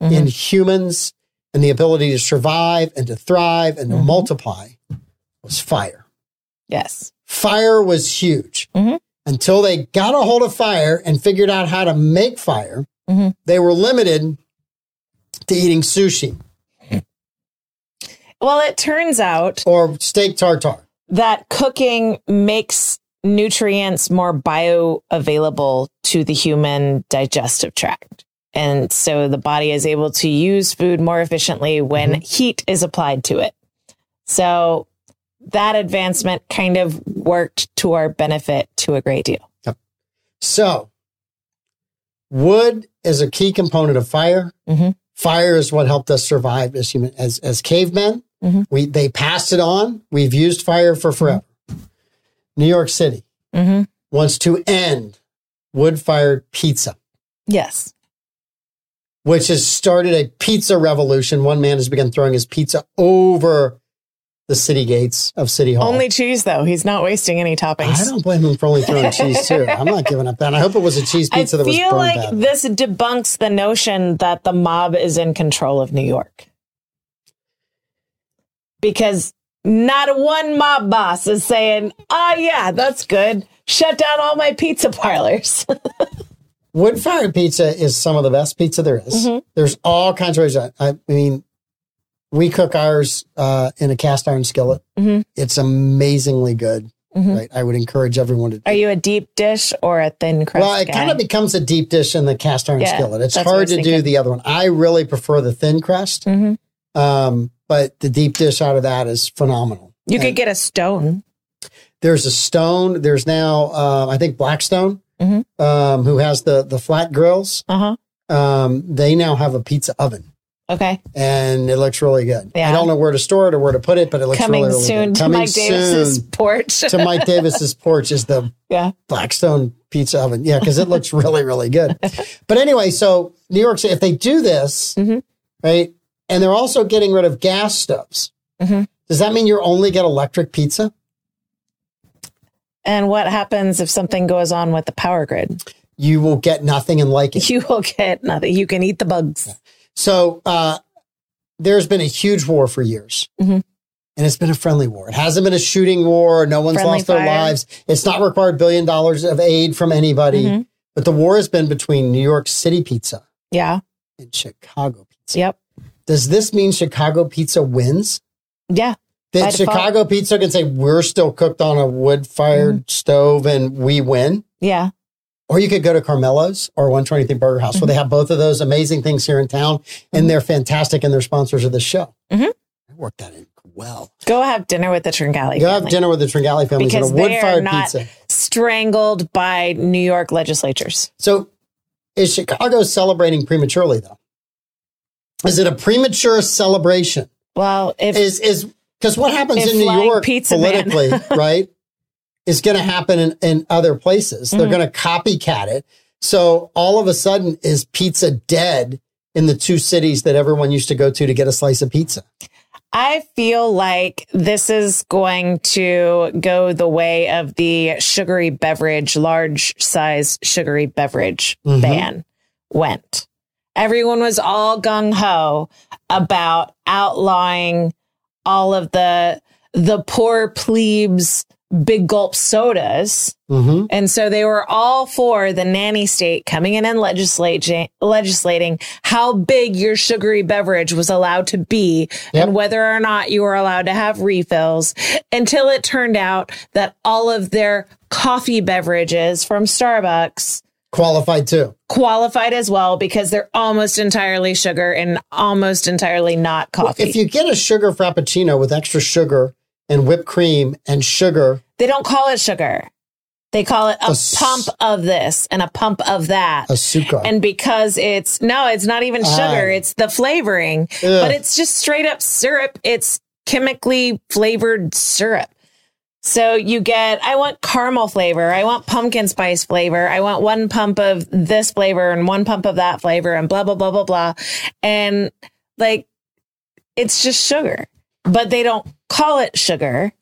B: in humans and the ability to survive and to thrive and to
A: Mhm.
B: multiply was fire
A: Yes.
B: fire was huge
A: Mhm.
B: until they got a hold of fire and figured out how to make fire
A: Mhm.
B: they were limited to eating sushi
A: Well, it turns out
B: or steak tartare
A: that cooking makes nutrients more bioavailable to the human digestive tract. And so the body is able to use food more efficiently when
B: Mm-hmm.
A: heat is applied to it. So that advancement kind of worked to our benefit to a great deal.
B: so wood is a key component of fire
A: Mhm.
B: fire is what helped us survive as human as, as cavemen
A: Mhm.
B: we they passed it on we've used fire for forever new york city
A: Mm-hmm.
B: wants to end wood fired pizza
A: Yes.
B: which has started a pizza revolution. One man has begun throwing his pizza over the city gates of City Hall.
A: Only cheese, though. He's not wasting any toppings.
B: I don't blame him for only throwing cheese too. I'm not giving up that. And I hope it was a cheese
A: I
B: pizza that was
A: feel
B: burned
A: like
B: bad.
A: this debunks the notion that the mob is in control of New York. Because not one mob boss is saying, oh, yeah, that's good. Shut down all my pizza parlors.
B: Wood fired pizza is some of the best pizza there is.
A: Mhm.
B: There's all kinds of ways. I, I mean, we cook ours uh, in a cast iron skillet.
A: Mhm.
B: It's amazingly good. right? I would encourage everyone to.
A: Mm-hmm. Are you a deep dish or a thin crust?
B: Well, it
A: guy?
B: kind of becomes a deep dish in the cast iron
A: Yeah,
B: skillet. It's
A: that's what I
B: hard
A: was
B: to do
A: thinking.
B: the other one. I really prefer the thin crust,
A: Mhm.
B: um, but the deep dish out of that is phenomenal.
A: You
B: And
A: could get a stone.
B: there's a stone. There's now, uh, I think, Blackstone,
A: Mhm.
B: um, who has the the flat grills.
A: Uh huh.
B: Um, they now have a pizza oven,
A: Okay.
B: and it looks really good. I
A: Yeah.
B: don't know where to store it or where to put it, but it looks
A: Coming
B: really, really
A: soon
B: good.
A: to Mike Davis's porch.
B: to Mike Davis's porch is the
A: yeah.
B: Blackstone pizza oven. Yeah, because it looks really, really good. But anyway, so New York City, if they do this,
A: Mhm.
B: right, and they're also getting rid of gas stoves,
A: Mhm.
B: does that mean you only get electric pizza?
A: And what happens if something goes on with the power grid?
B: You will get nothing and like it.
A: You will get nothing. You can eat the bugs.
B: So uh, there's been a huge war for years.
A: Mhm.
B: And it's been a friendly war. It hasn't been a shooting war. No one's
A: Friendly
B: lost their
A: fire.
B: lives. It's not required billion dollars of aid from anybody.
A: Mhm.
B: But the war has been between New York City pizza
A: Yeah.
B: and Chicago pizza.
A: Yep.
B: Does this mean Chicago pizza wins?
A: Yeah. By
B: That
A: default.
B: Chicago pizza can say we're still cooked on a wood fired
A: Mm-hmm.
B: stove and we win?
A: Yeah.
B: Or you could go to Carmelo's or 123 Burger House, where they have both of those amazing things here in town, and they're fantastic and they're sponsors of the show.
A: Mhm.
B: I worked that in well.
A: Go have dinner with the Tringali.
B: Go have
A: family.
B: dinner with the Tringali families
A: Because
B: and a wood
A: they are
B: fired
A: not
B: pizza.
A: strangled by New York legislatures.
B: So, is Chicago celebrating prematurely though? Is it a premature celebration?
A: Well, if
B: is is because what happens
A: If
B: in New
A: flying
B: York
A: pizza man.
B: politically, right, is going to happen in, in other places.
A: Mm-hmm.
B: They're going to copycat it. So all of a sudden, is pizza dead in the two cities that everyone used to go to to get a slice of pizza?
A: I feel like this is going to go the way of the sugary beverage, large size sugary beverage
B: Mhm.
A: ban went. Everyone was all gung ho about outlawing all of the the poor plebes big gulp sodas.
B: Mm-hmm.
A: And so they were all for the nanny state coming in and legislating, legislating how big your sugary beverage was allowed to be
B: Yep.
A: and whether or not you were allowed to have refills until it turned out that all of their coffee beverages from Starbucks
B: Qualified too.
A: qualified as well because they're almost entirely sugar and almost entirely not coffee.
B: If you get a sugar frappuccino with extra sugar and whipped cream and sugar,
A: they don't call it sugar. They call it
B: A
A: a,
B: s-
A: pump of this and a pump of that.
B: azúcar,
A: and because it's no, it's not even sugar,
B: Ah.
A: it's the flavoring, but it's just straight up syrup. It's chemically flavored syrup. So you get, I want caramel flavor, I want pumpkin spice flavor, I want one pump of this flavor and one pump of that flavor, and blah, blah, blah, blah, blah. And like, it's just sugar, but they don't call it sugar.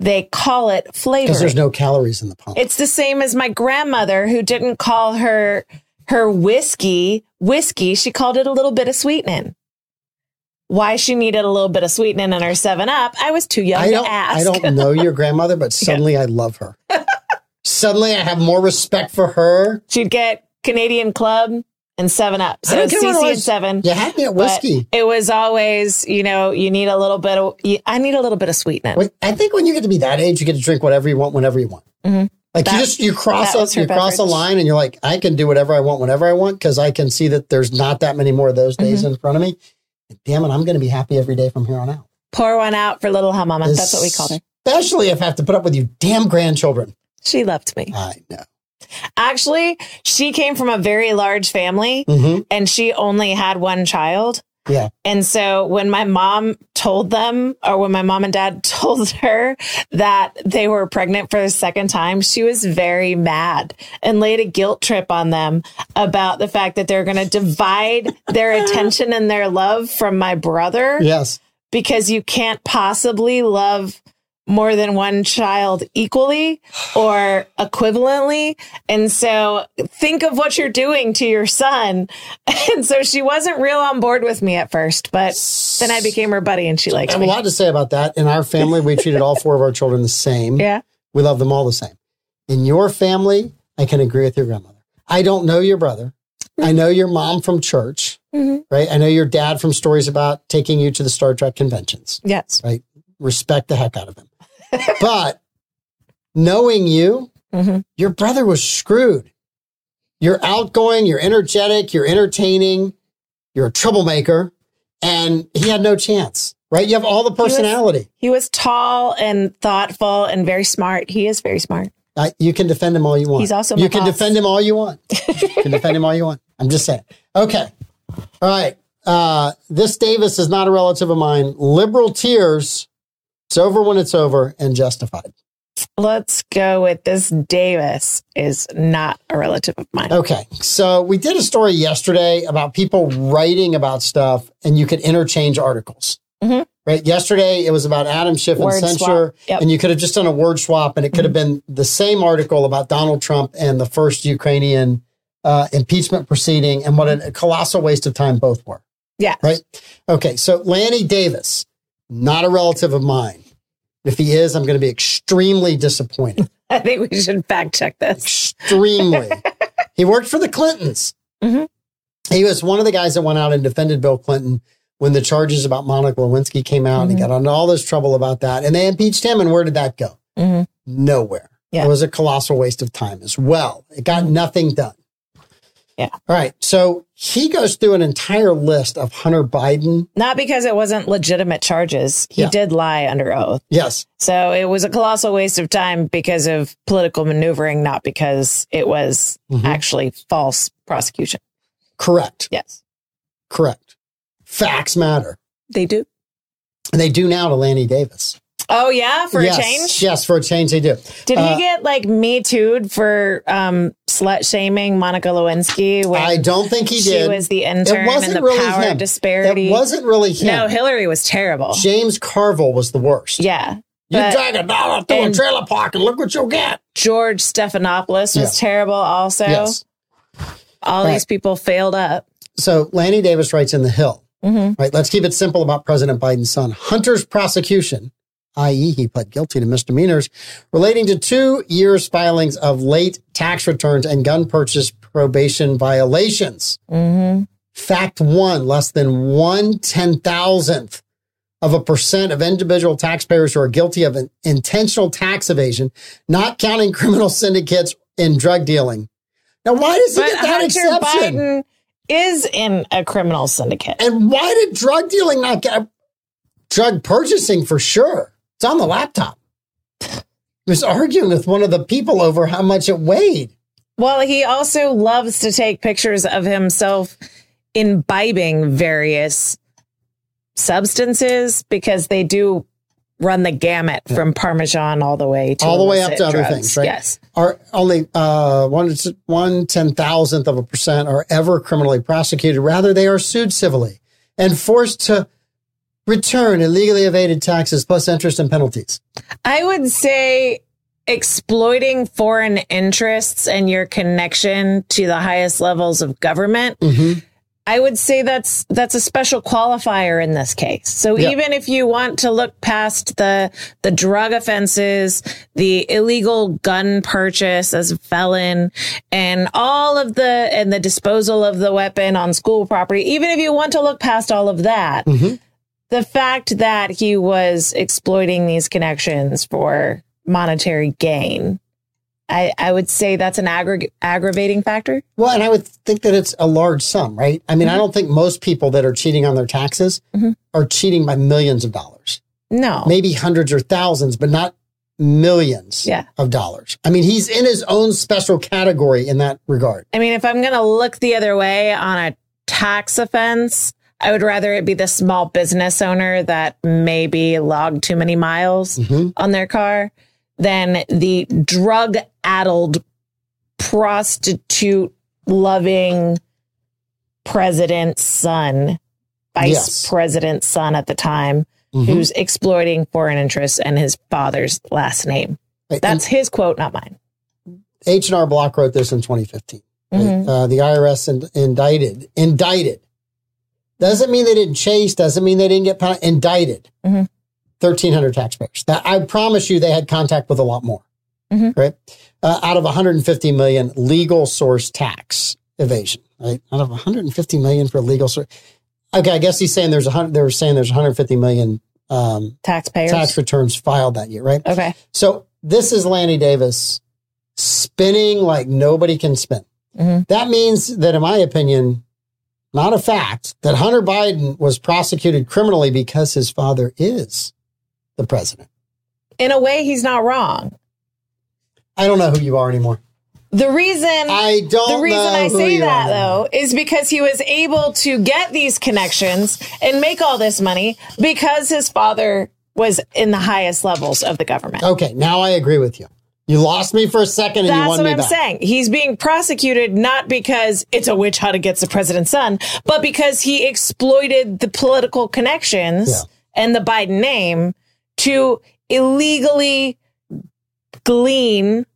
A: They call it flavor.
B: because there's no calories in the pump.
A: It's the same as my grandmother who didn't call her her whiskey whiskey. She called it a little bit of sweetening. Why she needed a little bit of sweetening in her Seven Up, I was too young
B: I don't,
A: to ask.
B: I don't know your grandmother, but suddenly I love her. suddenly I have more respect for her.
A: She'd get Canadian Club and Seven Up,
B: I
A: so
B: don't care what it
A: CC and
B: was.
A: Seven.
B: You had me at
A: But
B: whiskey.
A: It was always, you know, you need a little bit of. you- I need a little bit of sweetening.
B: Wait, I think when you get to be that age, you get to drink whatever you want, whenever you want.
A: Mhm.
B: Like you
A: That-
B: just you cross
A: that
B: a,
A: was her
B: you cross a
A: beverage.
B: line, and you're like, I can do whatever I want, whenever I want, because I can see that there's not that many more of those
A: Mm-hmm.
B: days in front of me. And damn it, I'm going to be happy every day from here on out.
A: Pour one out for little Hamama. That's what we called her.
B: Especially if I have to put up with you, damn grandchildren.
A: She loved me.
B: I know.
A: Actually, she came from a very large family.
B: hmm
A: and she only had one child.
B: Yeah.
A: And so when my mom told them, or when my mom and dad told her that they were pregnant for the second time, she was very mad and laid a guilt trip on them about the fact that they're going to divide their attention and their love from my brother
B: Yes.
A: because you can't possibly love more than one child equally or equivalently. And so think of what you're doing to your son. And so she wasn't real on board with me at first, but then I became her buddy and she
B: I
A: liked
B: have a
A: me.
B: lot to say about that. In our family, we treated all four of our children the same.
A: Yeah.
B: We love them all the same. In your family, I can agree with your grandmother. I don't know your brother. I
A: Mm-hmm.
B: know your mom from church,
A: Mhm.
B: right? I know your dad from stories about taking you to the Star Trek conventions.
A: Yes.
B: Respect the heck out of him. But knowing you,
A: Mhm.
B: your brother was screwed. You're outgoing, you're energetic, you're entertaining, you're a troublemaker, and he had no chance, right? You have all the
A: was-
B: personality.
A: He was tall and thoughtful and very smart. He is very smart.
B: I, you can defend him all you want.
A: He's also my
B: you can
A: boss.
B: defend him all you want. you can defend him all you want. I'm just saying. Okay. All right. Uh, this Davis is not a relative of mine. Liberal tears. It's over when it's over and justified.
A: Let's go with this. Davis is not a relative of mine.
B: Okay. So we did a story yesterday about people writing about stuff and you could interchange articles.
A: Mhm.
B: Right. Yesterday it was about Adam Schiff
A: Word
B: and
A: swap.
B: censure.
A: Yep.
B: And you could have just done a word swap and it could have been the same article about Donald Trump and the first Ukrainian uh, impeachment proceeding and what a colossal waste of time both were.
A: Yeah.
B: Right. Okay. So Lanny Davis, not a relative of mine. If he is, I'm going to be extremely disappointed
A: I think we should fact check this.
B: extremely. he worked for the Clintons.
A: Mhm.
B: He was one of the guys that went out and defended Bill Clinton when the charges about Monica Lewinsky came out, and he
A: Mhm.
B: got into all this trouble about that. And they impeached him. And where did that go?
A: Mhm.
B: Nowhere.
A: Yeah.
B: It was a colossal waste of time as well. It got nothing done.
A: Yeah.
B: All right. So he goes through an entire list of Hunter Biden.
A: Not because it wasn't legitimate charges. He
B: Yeah.
A: did lie under oath.
B: Yes.
A: So it was a colossal waste of time because of political maneuvering, not because it was
B: Mhm.
A: actually false prosecution.
B: Correct.
A: Yes.
B: Correct. Facts matter.
A: They do.
B: And they do now to Lanny Davis.
A: Oh, yeah. For
B: Yes.
A: a change.
B: Yes, for a change they do.
A: Did
B: Uh,
A: he get like me too'd for um, slut shaming Monica Lewinsky when
B: I don't think he
A: she
B: did.
A: was the intern and
B: wasn't
A: the
B: really
A: power
B: him.
A: disparity?
B: It wasn't really him.
A: No, Hillary was terrible.
B: James Carville was the worst.
A: yeah.
B: you
A: but-
B: drag a dollar to a
A: and-
B: trailer park and look what you'll get.
A: George Stephanopoulos was
B: Yeah.
A: terrible also.
B: Yes.
A: All these
B: Right.
A: people failed up.
B: So Lanny Davis writes in The Hill.
A: hmm
B: Right. Let's keep it simple about President Biden's son. Hunter's prosecution, i.e., he pled guilty to misdemeanors relating to two years' filings of late tax returns and gun purchase probation violations. Mm-hmm.
A: hmm
B: Fact one, less than one ten thousandth of a percent of individual taxpayers who are guilty of an intentional tax evasion, not counting criminal syndicates and drug dealing. Now, why does he
A: But
B: get that
A: Hunter
B: exception?
A: Biden is in a criminal syndicate.
B: And why did drug dealing not get drug purchasing for sure? It's on the laptop. He was arguing with one of the people over how much it weighed.
A: Well, he also loves to take pictures of himself imbibing various substances because they do run the gamut from Parmesan all the way to
B: all the way up
A: illicit
B: to other
A: drugs.
B: things, right?
A: Yes.
B: Are only uh, one one ten thousandth of a percent are ever criminally prosecuted. Rather, they are sued civilly and forced to return illegally evaded taxes plus interest and penalties.
A: I would say exploiting foreign interests and your connection to the highest levels of government. I would say that's that's a special qualifier in this case. So
B: Yeah.
A: even if you want to look past the the drug offenses, the illegal gun purchase as a felon, and all of the and the disposal of the weapon on school property, even if you want to look past all of that,
B: Mhm.
A: the fact that he was exploiting these connections for monetary gain, I, I would say that's an aggra- aggravating factor.
B: Well, and I would think that it's a large sum, right? I mean, I
A: Mhm.
B: don't think most people that are cheating on their taxes
A: Mhm.
B: are cheating by millions of dollars.
A: No.
B: maybe hundreds or thousands, but not millions
A: Yeah.
B: of dollars. I mean, he's in his own special category in that regard.
A: I mean, if I'm going to look the other way on a tax offense, I would rather it be the small business owner that maybe logged too many miles
B: Mhm.
A: on their car than the drug addled, prostitute loving president's son, vice
B: Yes.
A: president's son at the time,
B: Mhm.
A: who's exploiting foreign interests and his father's last name. That's his quote, not mine.
B: H and R Block wrote this in 2015. right?
A: Mhm.
B: Uh, the IRS in, indicted. Indicted doesn't mean they didn't chase. Doesn't mean they didn't get pun- indicted.
A: Mhm.
B: 1,300 taxpayers. That I promise you, they had contact with a lot more.
A: Mhm.
B: Right, uh, out of 150 million legal source tax evasion. Right, out of 150 million for legal source. Okay, I guess he's saying there's a hundred. They were saying there's 150 million um,
A: Taxpayers.
B: tax returns filed that year. Right.
A: okay.
B: So This is Lanny Davis spinning like nobody can spin.
A: Mhm.
B: That means that, in my opinion, not a fact, that Hunter Biden was prosecuted criminally because his father is the president.
A: In a way, he's not wrong.
B: I don't know who you are anymore.
A: The reason
B: I don't
A: the reason
B: know
A: I
B: who
A: say
B: you
A: that
B: are.
A: though is because he was able to get these connections and make all this money because his father was in the highest levels of the government.
B: Okay, now I agree with you. You lost me for a second and Oh, you
A: That's
B: won
A: what
B: me
A: I'm
B: back.
A: saying. He's being prosecuted not because it's a witch hunt against the president's son, but because he exploited the political connections
B: Yeah.
A: and the Biden name to illegally glean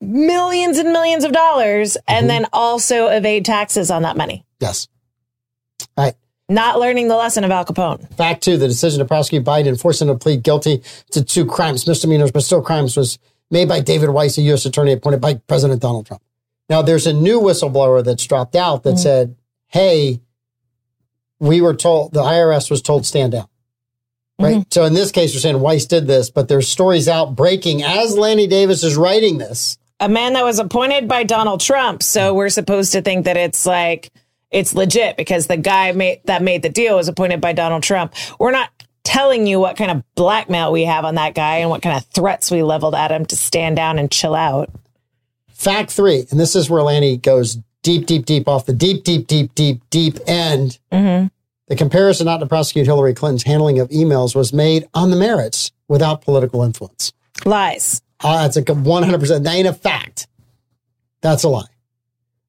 A: millions and millions of dollars
B: Mm-hmm.
A: and then also evade taxes on that money.
B: Yes. All right.
A: Not learning the lesson of Al Capone.
B: Fact two, the decision to prosecute Biden and force him to plead guilty to two crimes, misdemeanors, but still crimes, was made by David Weiss, a U.S. attorney appointed by President Donald Trump. Now, there's a new whistleblower that's dropped out that said, hey, we were told, the IRS was told stand down. Right. So in this case, you're saying Weiss did this, but there's stories out breaking as Lanny Davis is writing this.
A: A man that was appointed by Donald Trump. So we're supposed to think that it's like it's legit because the guy made, that made the deal was appointed by Donald Trump. We're not telling you what kind of blackmail we have on that guy and what kind of threats we leveled at him to stand down and chill out.
B: Fact three, and this is where Lanny goes deep, deep, deep off the deep, deep, deep, deep, deep end. The comparison not to prosecute Hillary Clinton's handling of emails was made on the merits without political influence.
A: Lies.
B: Uh, that's a good 100%. That ain't a fact. That's a lie.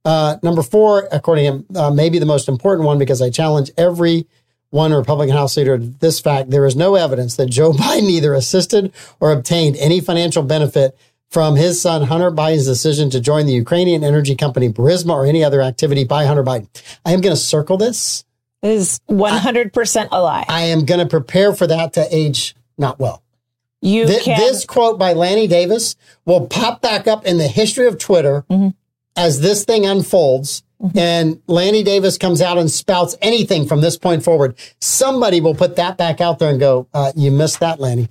B: Uh, number four, according to him, uh, maybe the most important one because I challenge every one Republican House leader to this fact. There is no evidence that Joe Biden either assisted or obtained any financial benefit from his son Hunter Biden's decision to join the Ukrainian energy company Burisma or any other activity by Hunter Biden. I am going to circle this.
A: It is 100% a lie.
B: I am going to prepare for that to age not well.
A: You
B: Th-
A: can
B: this quote by Lanny Davis will pop back up in the history of Twitter as this thing unfolds. And Lanny Davis comes out and spouts anything from this point forward. Somebody will put that back out there and go, uh, "You missed that, Lanny."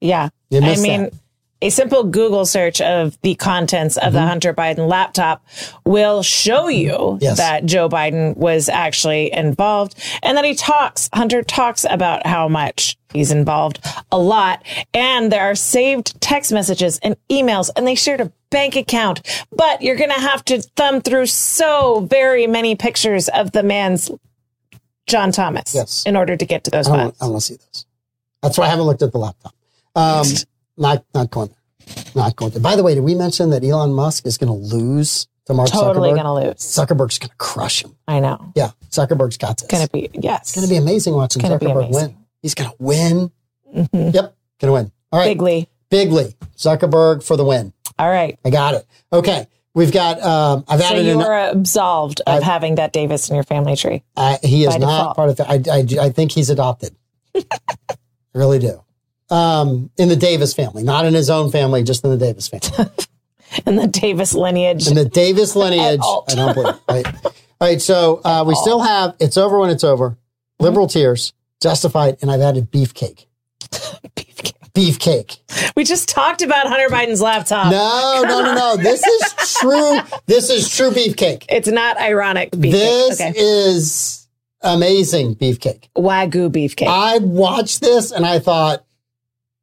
A: Yeah.
B: You
A: I
B: missed
A: mean,
B: that.
A: a simple Google search of the contents of
B: Mm-hmm.
A: the Hunter Biden laptop will show you
B: Yes.
A: that Joe Biden was actually involved and that he talks, Hunter talks about how much he's involved a lot. And there are saved text messages and emails, and they shared a bank account. But you're going to have to thumb through so very many pictures of the man's. John Thomas,
B: Yes. Oh,
A: in order to get to those
B: I don't,
A: files.
B: I don't want to see those. That's why I haven't looked at the laptop. Um, not not going there. Not going there. By the way, did we mention that Elon Musk is going to lose to Mark
A: Totally
B: Zuckerberg?
A: going to lose.
B: Zuckerberg's going to crush him.
A: I know.
B: Yeah, Zuckerberg's got this.
A: Going to be yes.
B: It's going to be amazing watching
A: Gonna be
B: Zuckerberg
A: amazing. Mm-hmm.
B: win. He's going to win. Yep, going to win. All right,
A: Bigly.
B: Bigley, Zuckerberg for the win.
A: All right.
B: I got it. Okay, we've got. Um, I've
A: So
B: added.
A: you
B: an,
A: are absolved of having that Davis in your family tree.
B: I, uh, he is
A: by
B: not
A: default.
B: part of the. I, I, I think he's adopted. I really do. Um, in the Davis family, not in his own family, just in the Davis family.
A: In the Davis lineage.
B: in the Davis lineage.
A: all.
B: I don't believe. Right. All right. So uh, we still have it's over when it's over. Liberal
A: Mm-hmm.
B: tears justified, and I've added beefcake. Beefcake.
A: We just talked about Hunter Biden's laptop.
B: No, no, no, no. This is true. This is true beefcake.
A: It's not ironic beefcake.
B: This
A: okay.
B: is amazing beefcake.
A: Wagyu beefcake.
B: I watched this and I thought,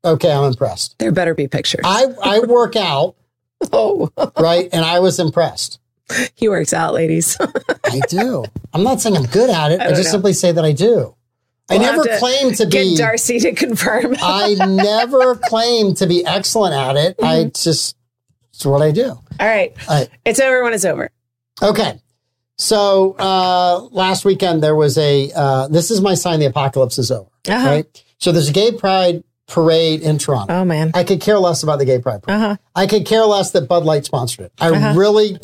B: okay, I'm impressed.
A: there better be pictures.
B: I, I work out,
A: oh,
B: right? And I was impressed.
A: he works out, ladies.
B: I do. I'm not saying I'm good at it. I,
A: don't
B: just
A: know.
B: simply say that I do. I
A: We'll
B: never
A: have to
B: claim to be
A: Get Darcy to confirm.
B: I never claim to be excellent at it. I
A: Mm-hmm.
B: just it's what I do.
A: All right.
B: I,
A: It's over when it's over.
B: Okay. So uh, last weekend there was a. Uh, this is my sign. The apocalypse is over.
A: Uh-huh.
B: Right. So there's a gay pride parade in Toronto.
A: Oh, man.
B: I could care less about the gay pride parade.
A: Uh-huh.
B: I could care less that Bud Light sponsored it. I really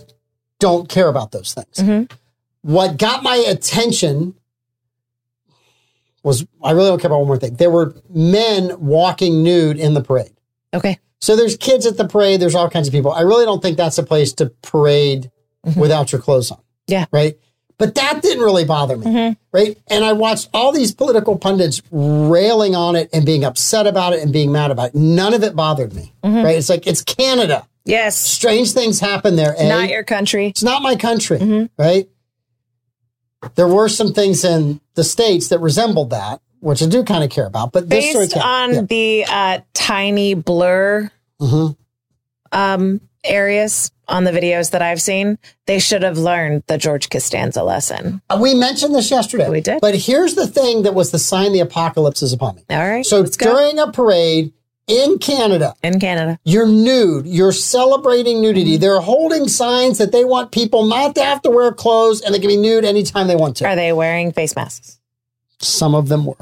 B: don't care about those things.
A: Mm-hmm.
B: What got my attention was I really don't care about one more thing. There were men walking nude in the parade.
A: Okay.
B: So there's kids at the parade. There's all kinds of people. I really don't think that's a place to parade without your clothes on.
A: Mm-hmm. Yeah. Mm-hmm.
B: Right. But that didn't really bother me, right? And I watched all these political pundits railing on it and being upset about it and being mad about it. None of it bothered me,
A: Mm-hmm.
B: right? It's like it's Canada.
A: Yes.
B: Strange things happen there. eh?
A: Not your Mm-hmm. country.
B: It's not my country, right? There were some things in the states that resembled that, which I do kind of care about. But this sort
A: Based
B: of
A: on
B: yeah.
A: the uh, tiny blur
B: Mhm.
A: um, areas on the videos that I've seen, they should have learned the George Costanza lesson.
B: Uh, we mentioned this yesterday.
A: We did.
B: But here's the thing that was the sign the apocalypse is upon me.
A: All right.
B: So
A: let's go.
B: during a parade in Canada,
A: In Canada.
B: you're nude. You're celebrating
A: Mm-hmm.
B: nudity. They're holding signs that they want people not to have to wear clothes and they can be nude anytime they want to.
A: Are they wearing face masks?
B: Some of them were.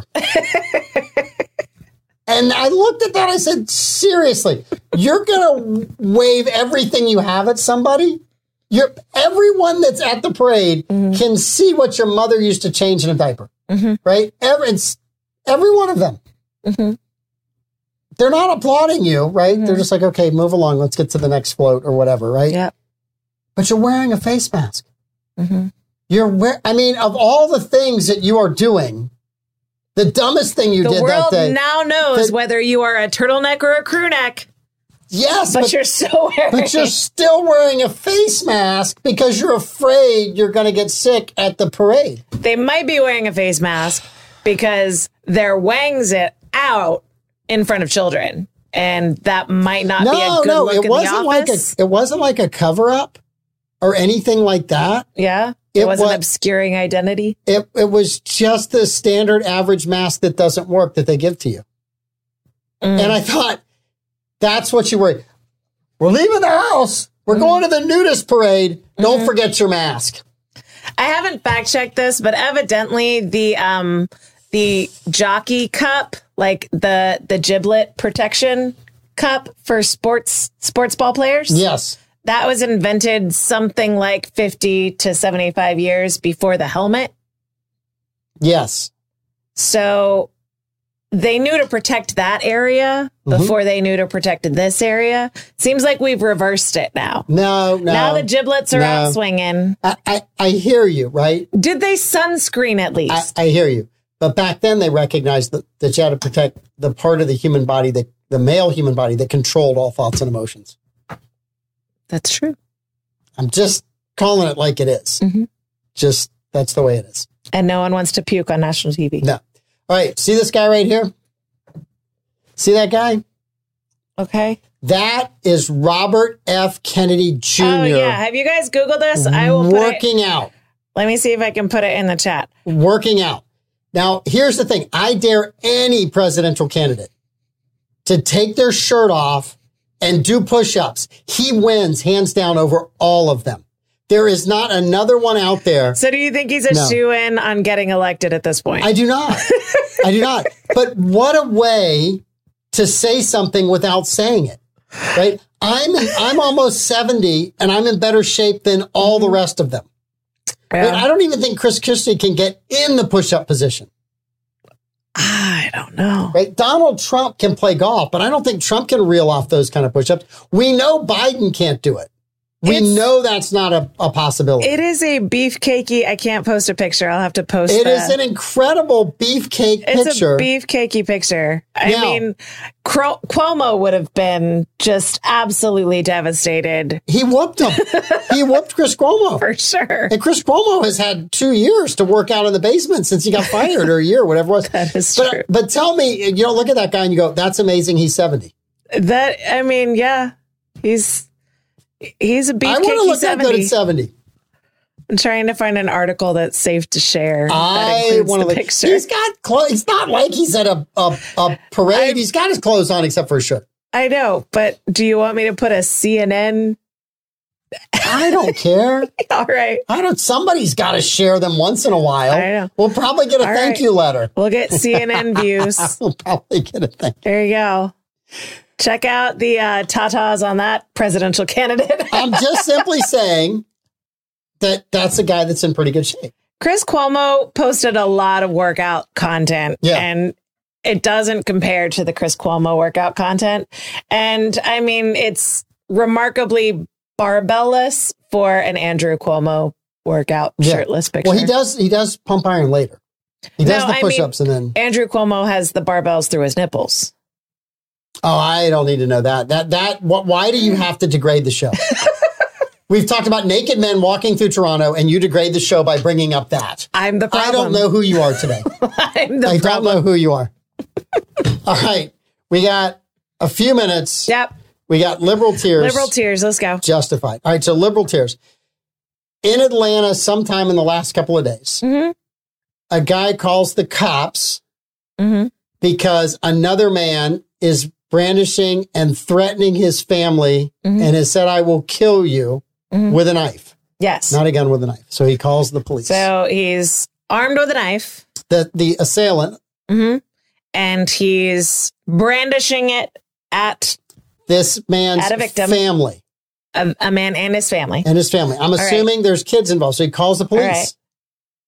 B: and I looked at that. I said, seriously, you're going to wave everything you have at somebody? You're, everyone that's at the parade can see what your mother used to change in a diaper, right? Every, it's, every one of them. They're not applauding you, right? They're just like, okay, move along. Let's get to the next float or whatever, right?
A: Yep.
B: But you're wearing a face mask.
A: Mm-hmm.
B: You're wear- I mean, of all the things that you are doing, the dumbest thing you
A: The
B: did that
A: world
B: day.
A: now knows
B: But-
A: whether you are a turtleneck or a crew neck,
B: yes,
A: but,
B: but,
A: you're so wearing.
B: but you're still wearing a face mask because you're afraid you're going to get sick at the parade.
A: they might be wearing a face mask because they're wangs it out in front of children, and that might not be a
B: No,
A: good
B: no,
A: look
B: it
A: in
B: wasn't
A: the
B: like a
A: office.
B: it wasn't like a cover up or anything like that.
A: yeah,
B: it
A: it wasn't
B: was-
A: obscuring identity.
B: It it was just the standard average mask that doesn't work that they give to you. And I thought, that's what you worry. We're leaving the house. We're going to the nudist parade. Don't forget your mask.
A: I haven't fact checked this, but evidently the um the jockey cup, like the the giblet protection cup for sports sports ball players.
B: Yes.
A: That was invented something like 50 to 75 years before the helmet.
B: Yes.
A: So they knew to protect that area
B: Mm-hmm.
A: before they knew to protect this area. Seems like we've reversed it now.
B: No, no.
A: now the giblets are
B: no.
A: out swinging.
B: I, I, I hear you, right?
A: Did they sunscreen at least?
B: I, I hear you. But back then they recognized that, that you had to protect the part of the human body that the male human body that controlled all thoughts and emotions.
A: That's true.
B: I'm just calling it like it is. Just that's the way it is.
A: And no one wants to puke on national TV.
B: No. All right. See this guy right here? See that guy?
A: Okay.
B: That is Robert F. Kennedy Jr.
A: Oh yeah. Have you guys Googled this? I will put it.
B: working out.
A: Let me see if I can put it in the chat.
B: Working out. Now, here's the thing I dare any presidential candidate to take their shirt off and do push ups. He wins hands down over all of them. There is not another one out there.
A: So do you think he's a
B: No.
A: shoe in on getting elected at this point?
B: I do not. I do not. But what a way to say something without saying it, right? I'm in, I'm almost seventy, and I'm in better shape than all the rest of them.
A: Mm-hmm. Yeah.
B: And I don't even think Chris Christie can get in the push-up position.
A: I don't know.
B: Right? Donald Trump can play golf, but I don't think Trump can reel off those kind of push-ups. We know Biden can't do it. We
A: It's-
B: know that's not a, a possibility.
A: It is a beefcakey. I can't post a picture. I'll have to post
B: it
A: the-
B: is an incredible beefcake
A: It's
B: picture.
A: a beefcakey picture. I
B: Now-
A: mean, Cro- Cuomo would have been just absolutely devastated
B: he whooped him. he whooped Chris Cuomo.
A: for sure.
B: And Chris Cuomo has had two years to work out in the basement since he got fired, or a year, whatever it was.
A: That is
B: but,
A: true.
B: But tell me, you don't look at that guy and you go, "That's amazing. He's 70.
A: That I mean, yeah, he's he's a
B: I want to
A: beefcakey
B: look that good
A: seventy.
B: at seventy.
A: I'm trying to find an article that's safe to share. that
B: I
A: includes
B: want to
A: the
B: look.
A: picture.
B: He's got clothes. It's not like he's at a a, a parade. he's got his clothes on except for his shirt.
A: I know, but do you want me to put a CNN?
B: I don't care.
A: All right,
B: I don't. Somebody's got to share them once in a while.
A: I know.
B: We'll probably get a
A: All
B: thank
A: right.
B: you letter.
A: we'll get CNN views.
B: We'll probably get a thank.
A: There you go. Check out the uh, tatas on that presidential candidate.
B: I'm just simply saying that that's a guy that's in pretty good shape.
A: Chris Cuomo posted a lot of workout content
B: Yeah.
A: and it doesn't compare to the Chris Cuomo workout content. And I mean, it's remarkably barbellless for an Andrew Cuomo workout
B: Yeah.
A: shirtless picture.
B: Well, he does. He does pump iron later. He does
A: No,
B: the
A: I mean-
B: push-ups and then.
A: Andrew Cuomo has the barbells through his nipples.
B: Oh, I don't need to know that. That that. What? Why do you have to degrade the show? We've talked about naked men walking through Toronto, and you degrade the show by bringing up that.
A: I'm the
B: I don't
A: problem.
B: know who you are today.
A: I'm the
B: I don't
A: problem.
B: know who you are. All right, we got a few minutes.
A: Yep.
B: We got liberal tears.
A: Liberal tears. Let's go.
B: justified. All right, so liberal tears. In Atlanta, sometime in the last couple of days,
A: Mhm.
B: a guy calls the cops
A: hmm
B: because another man is brandishing and threatening his family
A: Mhm.
B: and has said, I will kill you
A: Mhm.
B: with a knife,
A: Yes.
B: not a gun, with a knife. So he calls the police.
A: So he's armed with a knife
B: the, the assailant,
A: hmm and he's brandishing it at
B: this man's
A: At a victim.
B: family
A: a, a man and his family.
B: and his family. I'm
A: right.
B: assuming there's kids involved. So he calls the police.
A: right.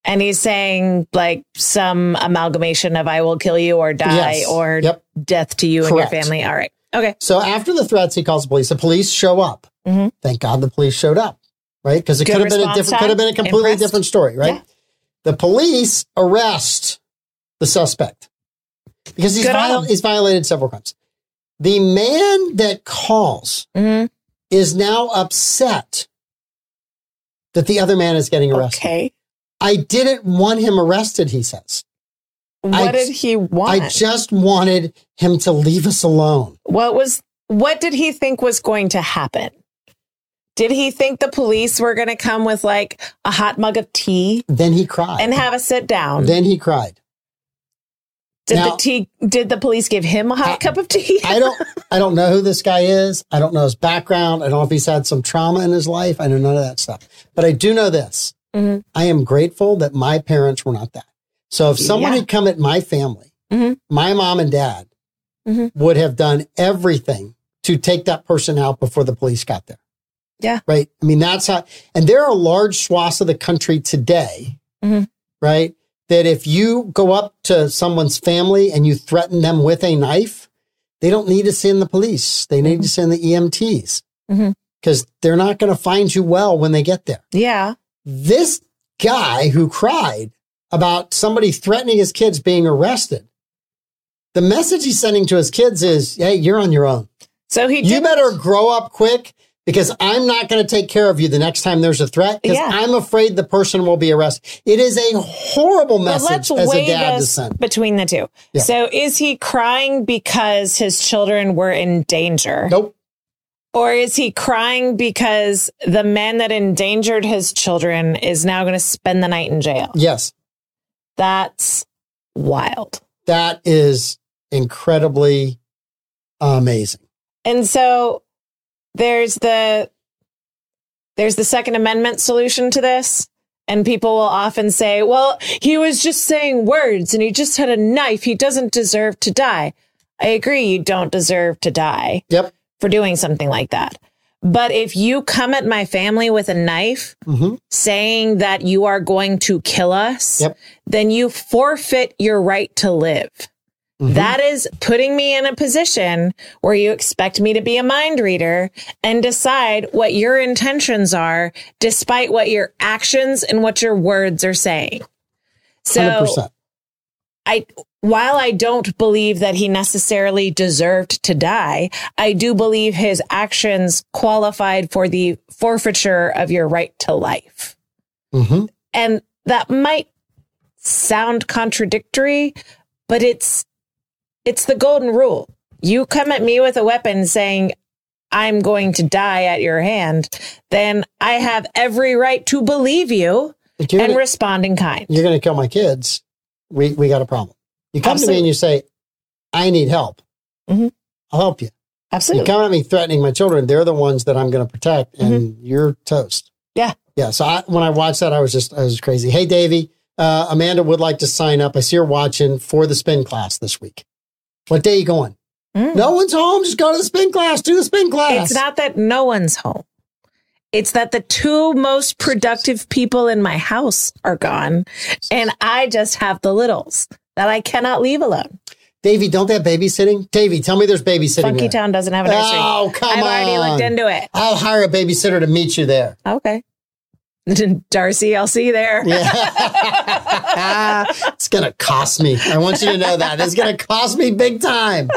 A: And he's saying like some amalgamation of I will kill you or die
B: Yes.
A: or
B: Yep.
A: death to you
B: Correct.
A: and your family. All right. Okay.
B: So after the threats, he calls the police. The police show up.
A: Mhm.
B: Thank God the police showed up, right? Because it
A: Good
B: could have been a
A: response
B: different,
A: time.
B: could have been a completely
A: Impressed.
B: different story, right?
A: Yeah.
B: The police arrest the suspect because he's,
A: Good on
B: viol-
A: them.
B: he's violated several crimes. The man that calls
A: hmm
B: is now upset that the other man is getting arrested.
A: Okay.
B: I didn't want him arrested, he says.
A: What
B: I-
A: did he want?
B: I just wanted him to leave us alone.
A: what was what did he think was going to happen? Did he think the police were going to come with like a hot mug of tea
B: Then he cried.
A: and have a sit down?
B: then he cried.
A: Did
B: Now-
A: the tea? Did the police give him a hot
B: I-
A: cup of tea?
B: I don't I don't know who this guy is. I don't know his background. I don't know if he's had some trauma in his life. I know none of that stuff. But I do know this.
A: Mhm.
B: I am grateful that my parents were not that. So if someone
A: Yeah.
B: had come at my family,
A: Mhm.
B: my mom and dad
A: Mhm.
B: would have done everything to take that person out before the police got there.
A: Yeah.
B: Right. I mean, that's how, and there are large swaths of the country today,
A: Mhm.
B: right? That if you go up to someone's family and you threaten them with a knife, they don't need to send the police. They
A: Mm-hmm.
B: need to send the E EMTs
A: Mhm.
B: because they're not going to find you well when they get there.
A: yeah.
B: This guy who cried about somebody threatening his kids being arrested, the message he's sending to his kids is, hey, you're on your own.
A: So he
B: You
A: did.
B: better grow up quick because I'm not going to take care of you the next time there's a threat because
A: Yeah.
B: I'm afraid the person will be arrested. It is a horrible
A: But
B: message
A: let's
B: as a
A: weigh
B: dad to
A: this
B: send.
A: between the two.
B: Yeah.
A: So is he crying because his children were in danger?
B: Nope.
A: Or is he crying because the man that endangered his children is now going to spend the night in jail?
B: Yes.
A: That's wild.
B: That is incredibly amazing.
A: And so there's the there's the second amendment solution to this and people will often say, "Well, he was just saying words and he just had a knife. He doesn't deserve to die." I agree you don't deserve to die
B: Yep.
A: for doing something like that. But if you come at my family with a knife
B: hmm
A: saying that you are going to kill us,
B: Yep.
A: then you forfeit your right to live. That is putting me in a position where you expect me to be a mind reader and decide what your intentions are, despite what your actions and what your words are saying. So,
B: 100%.
A: I while I don't believe that he necessarily deserved to die, I do believe his actions qualified for the forfeiture of your right to life.
B: hmm
A: And that might sound contradictory, but it's it's the golden rule. You come at me with a weapon saying I'm going to die at your hand, then I have every right to believe you
B: If you're
A: and
B: gonna,
A: respond in kind.
B: you're gonna kill my kids, we we got a problem. You come to me
A: Absolutely.
B: and you say, I need help.
A: Mhm.
B: I'll help you.
A: Absolutely.
B: You come at me threatening my children. They're the ones that I'm going to protect, and you're toast.
A: Mm-hmm. Yeah.
B: Yeah. So I, when I watched that, I was just, I was crazy. Hey, Davey, uh, Amanda would like to sign up. I see her watching for the spin class this week. What day you going?
A: Mm.
B: No one's home. Just go to the spin class. Do the spin class.
A: It's not that no one's home. It's that the two most productive people in my house are gone, and I just have the littles that I cannot leave alone.
B: Davey, don't they have babysitting? Davey, tell me there's babysitting.
A: Funky
B: there.
A: Town doesn't have a nursery.
B: Oh, come on.
A: I've already looked into it.
B: I'll hire a babysitter to meet you there.
A: Okay. Darcy, I'll see you there.
B: Yeah. it's going to cost me. I want you to know that. It's going to cost me big time.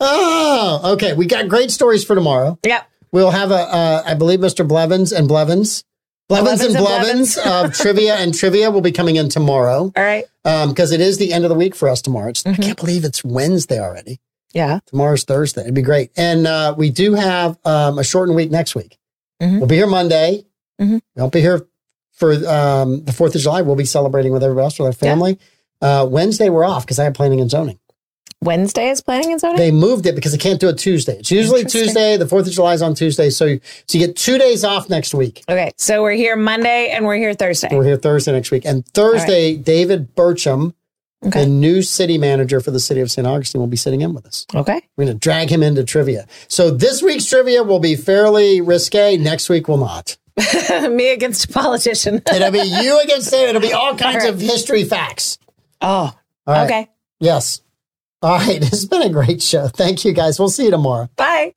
B: Oh, okay. We got great stories for tomorrow.
A: Yep.
B: We'll have a, uh, I believe, Mr. Blevins and Blevins. Blevins,
A: Blevins
B: and
A: and
B: Blevins of Trivia and Trivia will be coming in tomorrow
A: All right.
B: because it is the end of the week for us tomorrow. It's, I can't believe it's Wednesday already.
A: Yeah.
B: Tomorrow's Thursday. It'd be great. And uh, we do have um, a shortened week next week.
A: Mhm.
B: We'll be here Monday.
A: Mhm.
B: We won't be here for um, the 4th of July. We'll be celebrating with everybody else, with our
A: Yeah.
B: family. Uh, Wednesday, we're off because I have planning and zoning.
A: Wednesday is planning and zoning.
B: They moved it because they can't do it Tuesday. It's usually
A: Interesting.
B: Tuesday. The 4th of July is on Tuesday. So, so you get two days off next week.
A: okay. So we're here Monday and we're here Thursday.
B: We're here Thursday next week. And Thursday, David Burcham,
A: Okay.
B: the new city manager for the city of St. Augustine, will be sitting in with us.
A: Okay.
B: We're going to drag him into trivia. So this week's trivia will be fairly risque. Next week will not.
A: Me against a politician.
B: It'll be you against him. It'll be all kinds
A: All right.
B: of history facts.
A: Oh,
B: All right.
A: okay.
B: Yes. All right. It's been a great show. Thank you guys. We'll see you tomorrow.
A: Bye.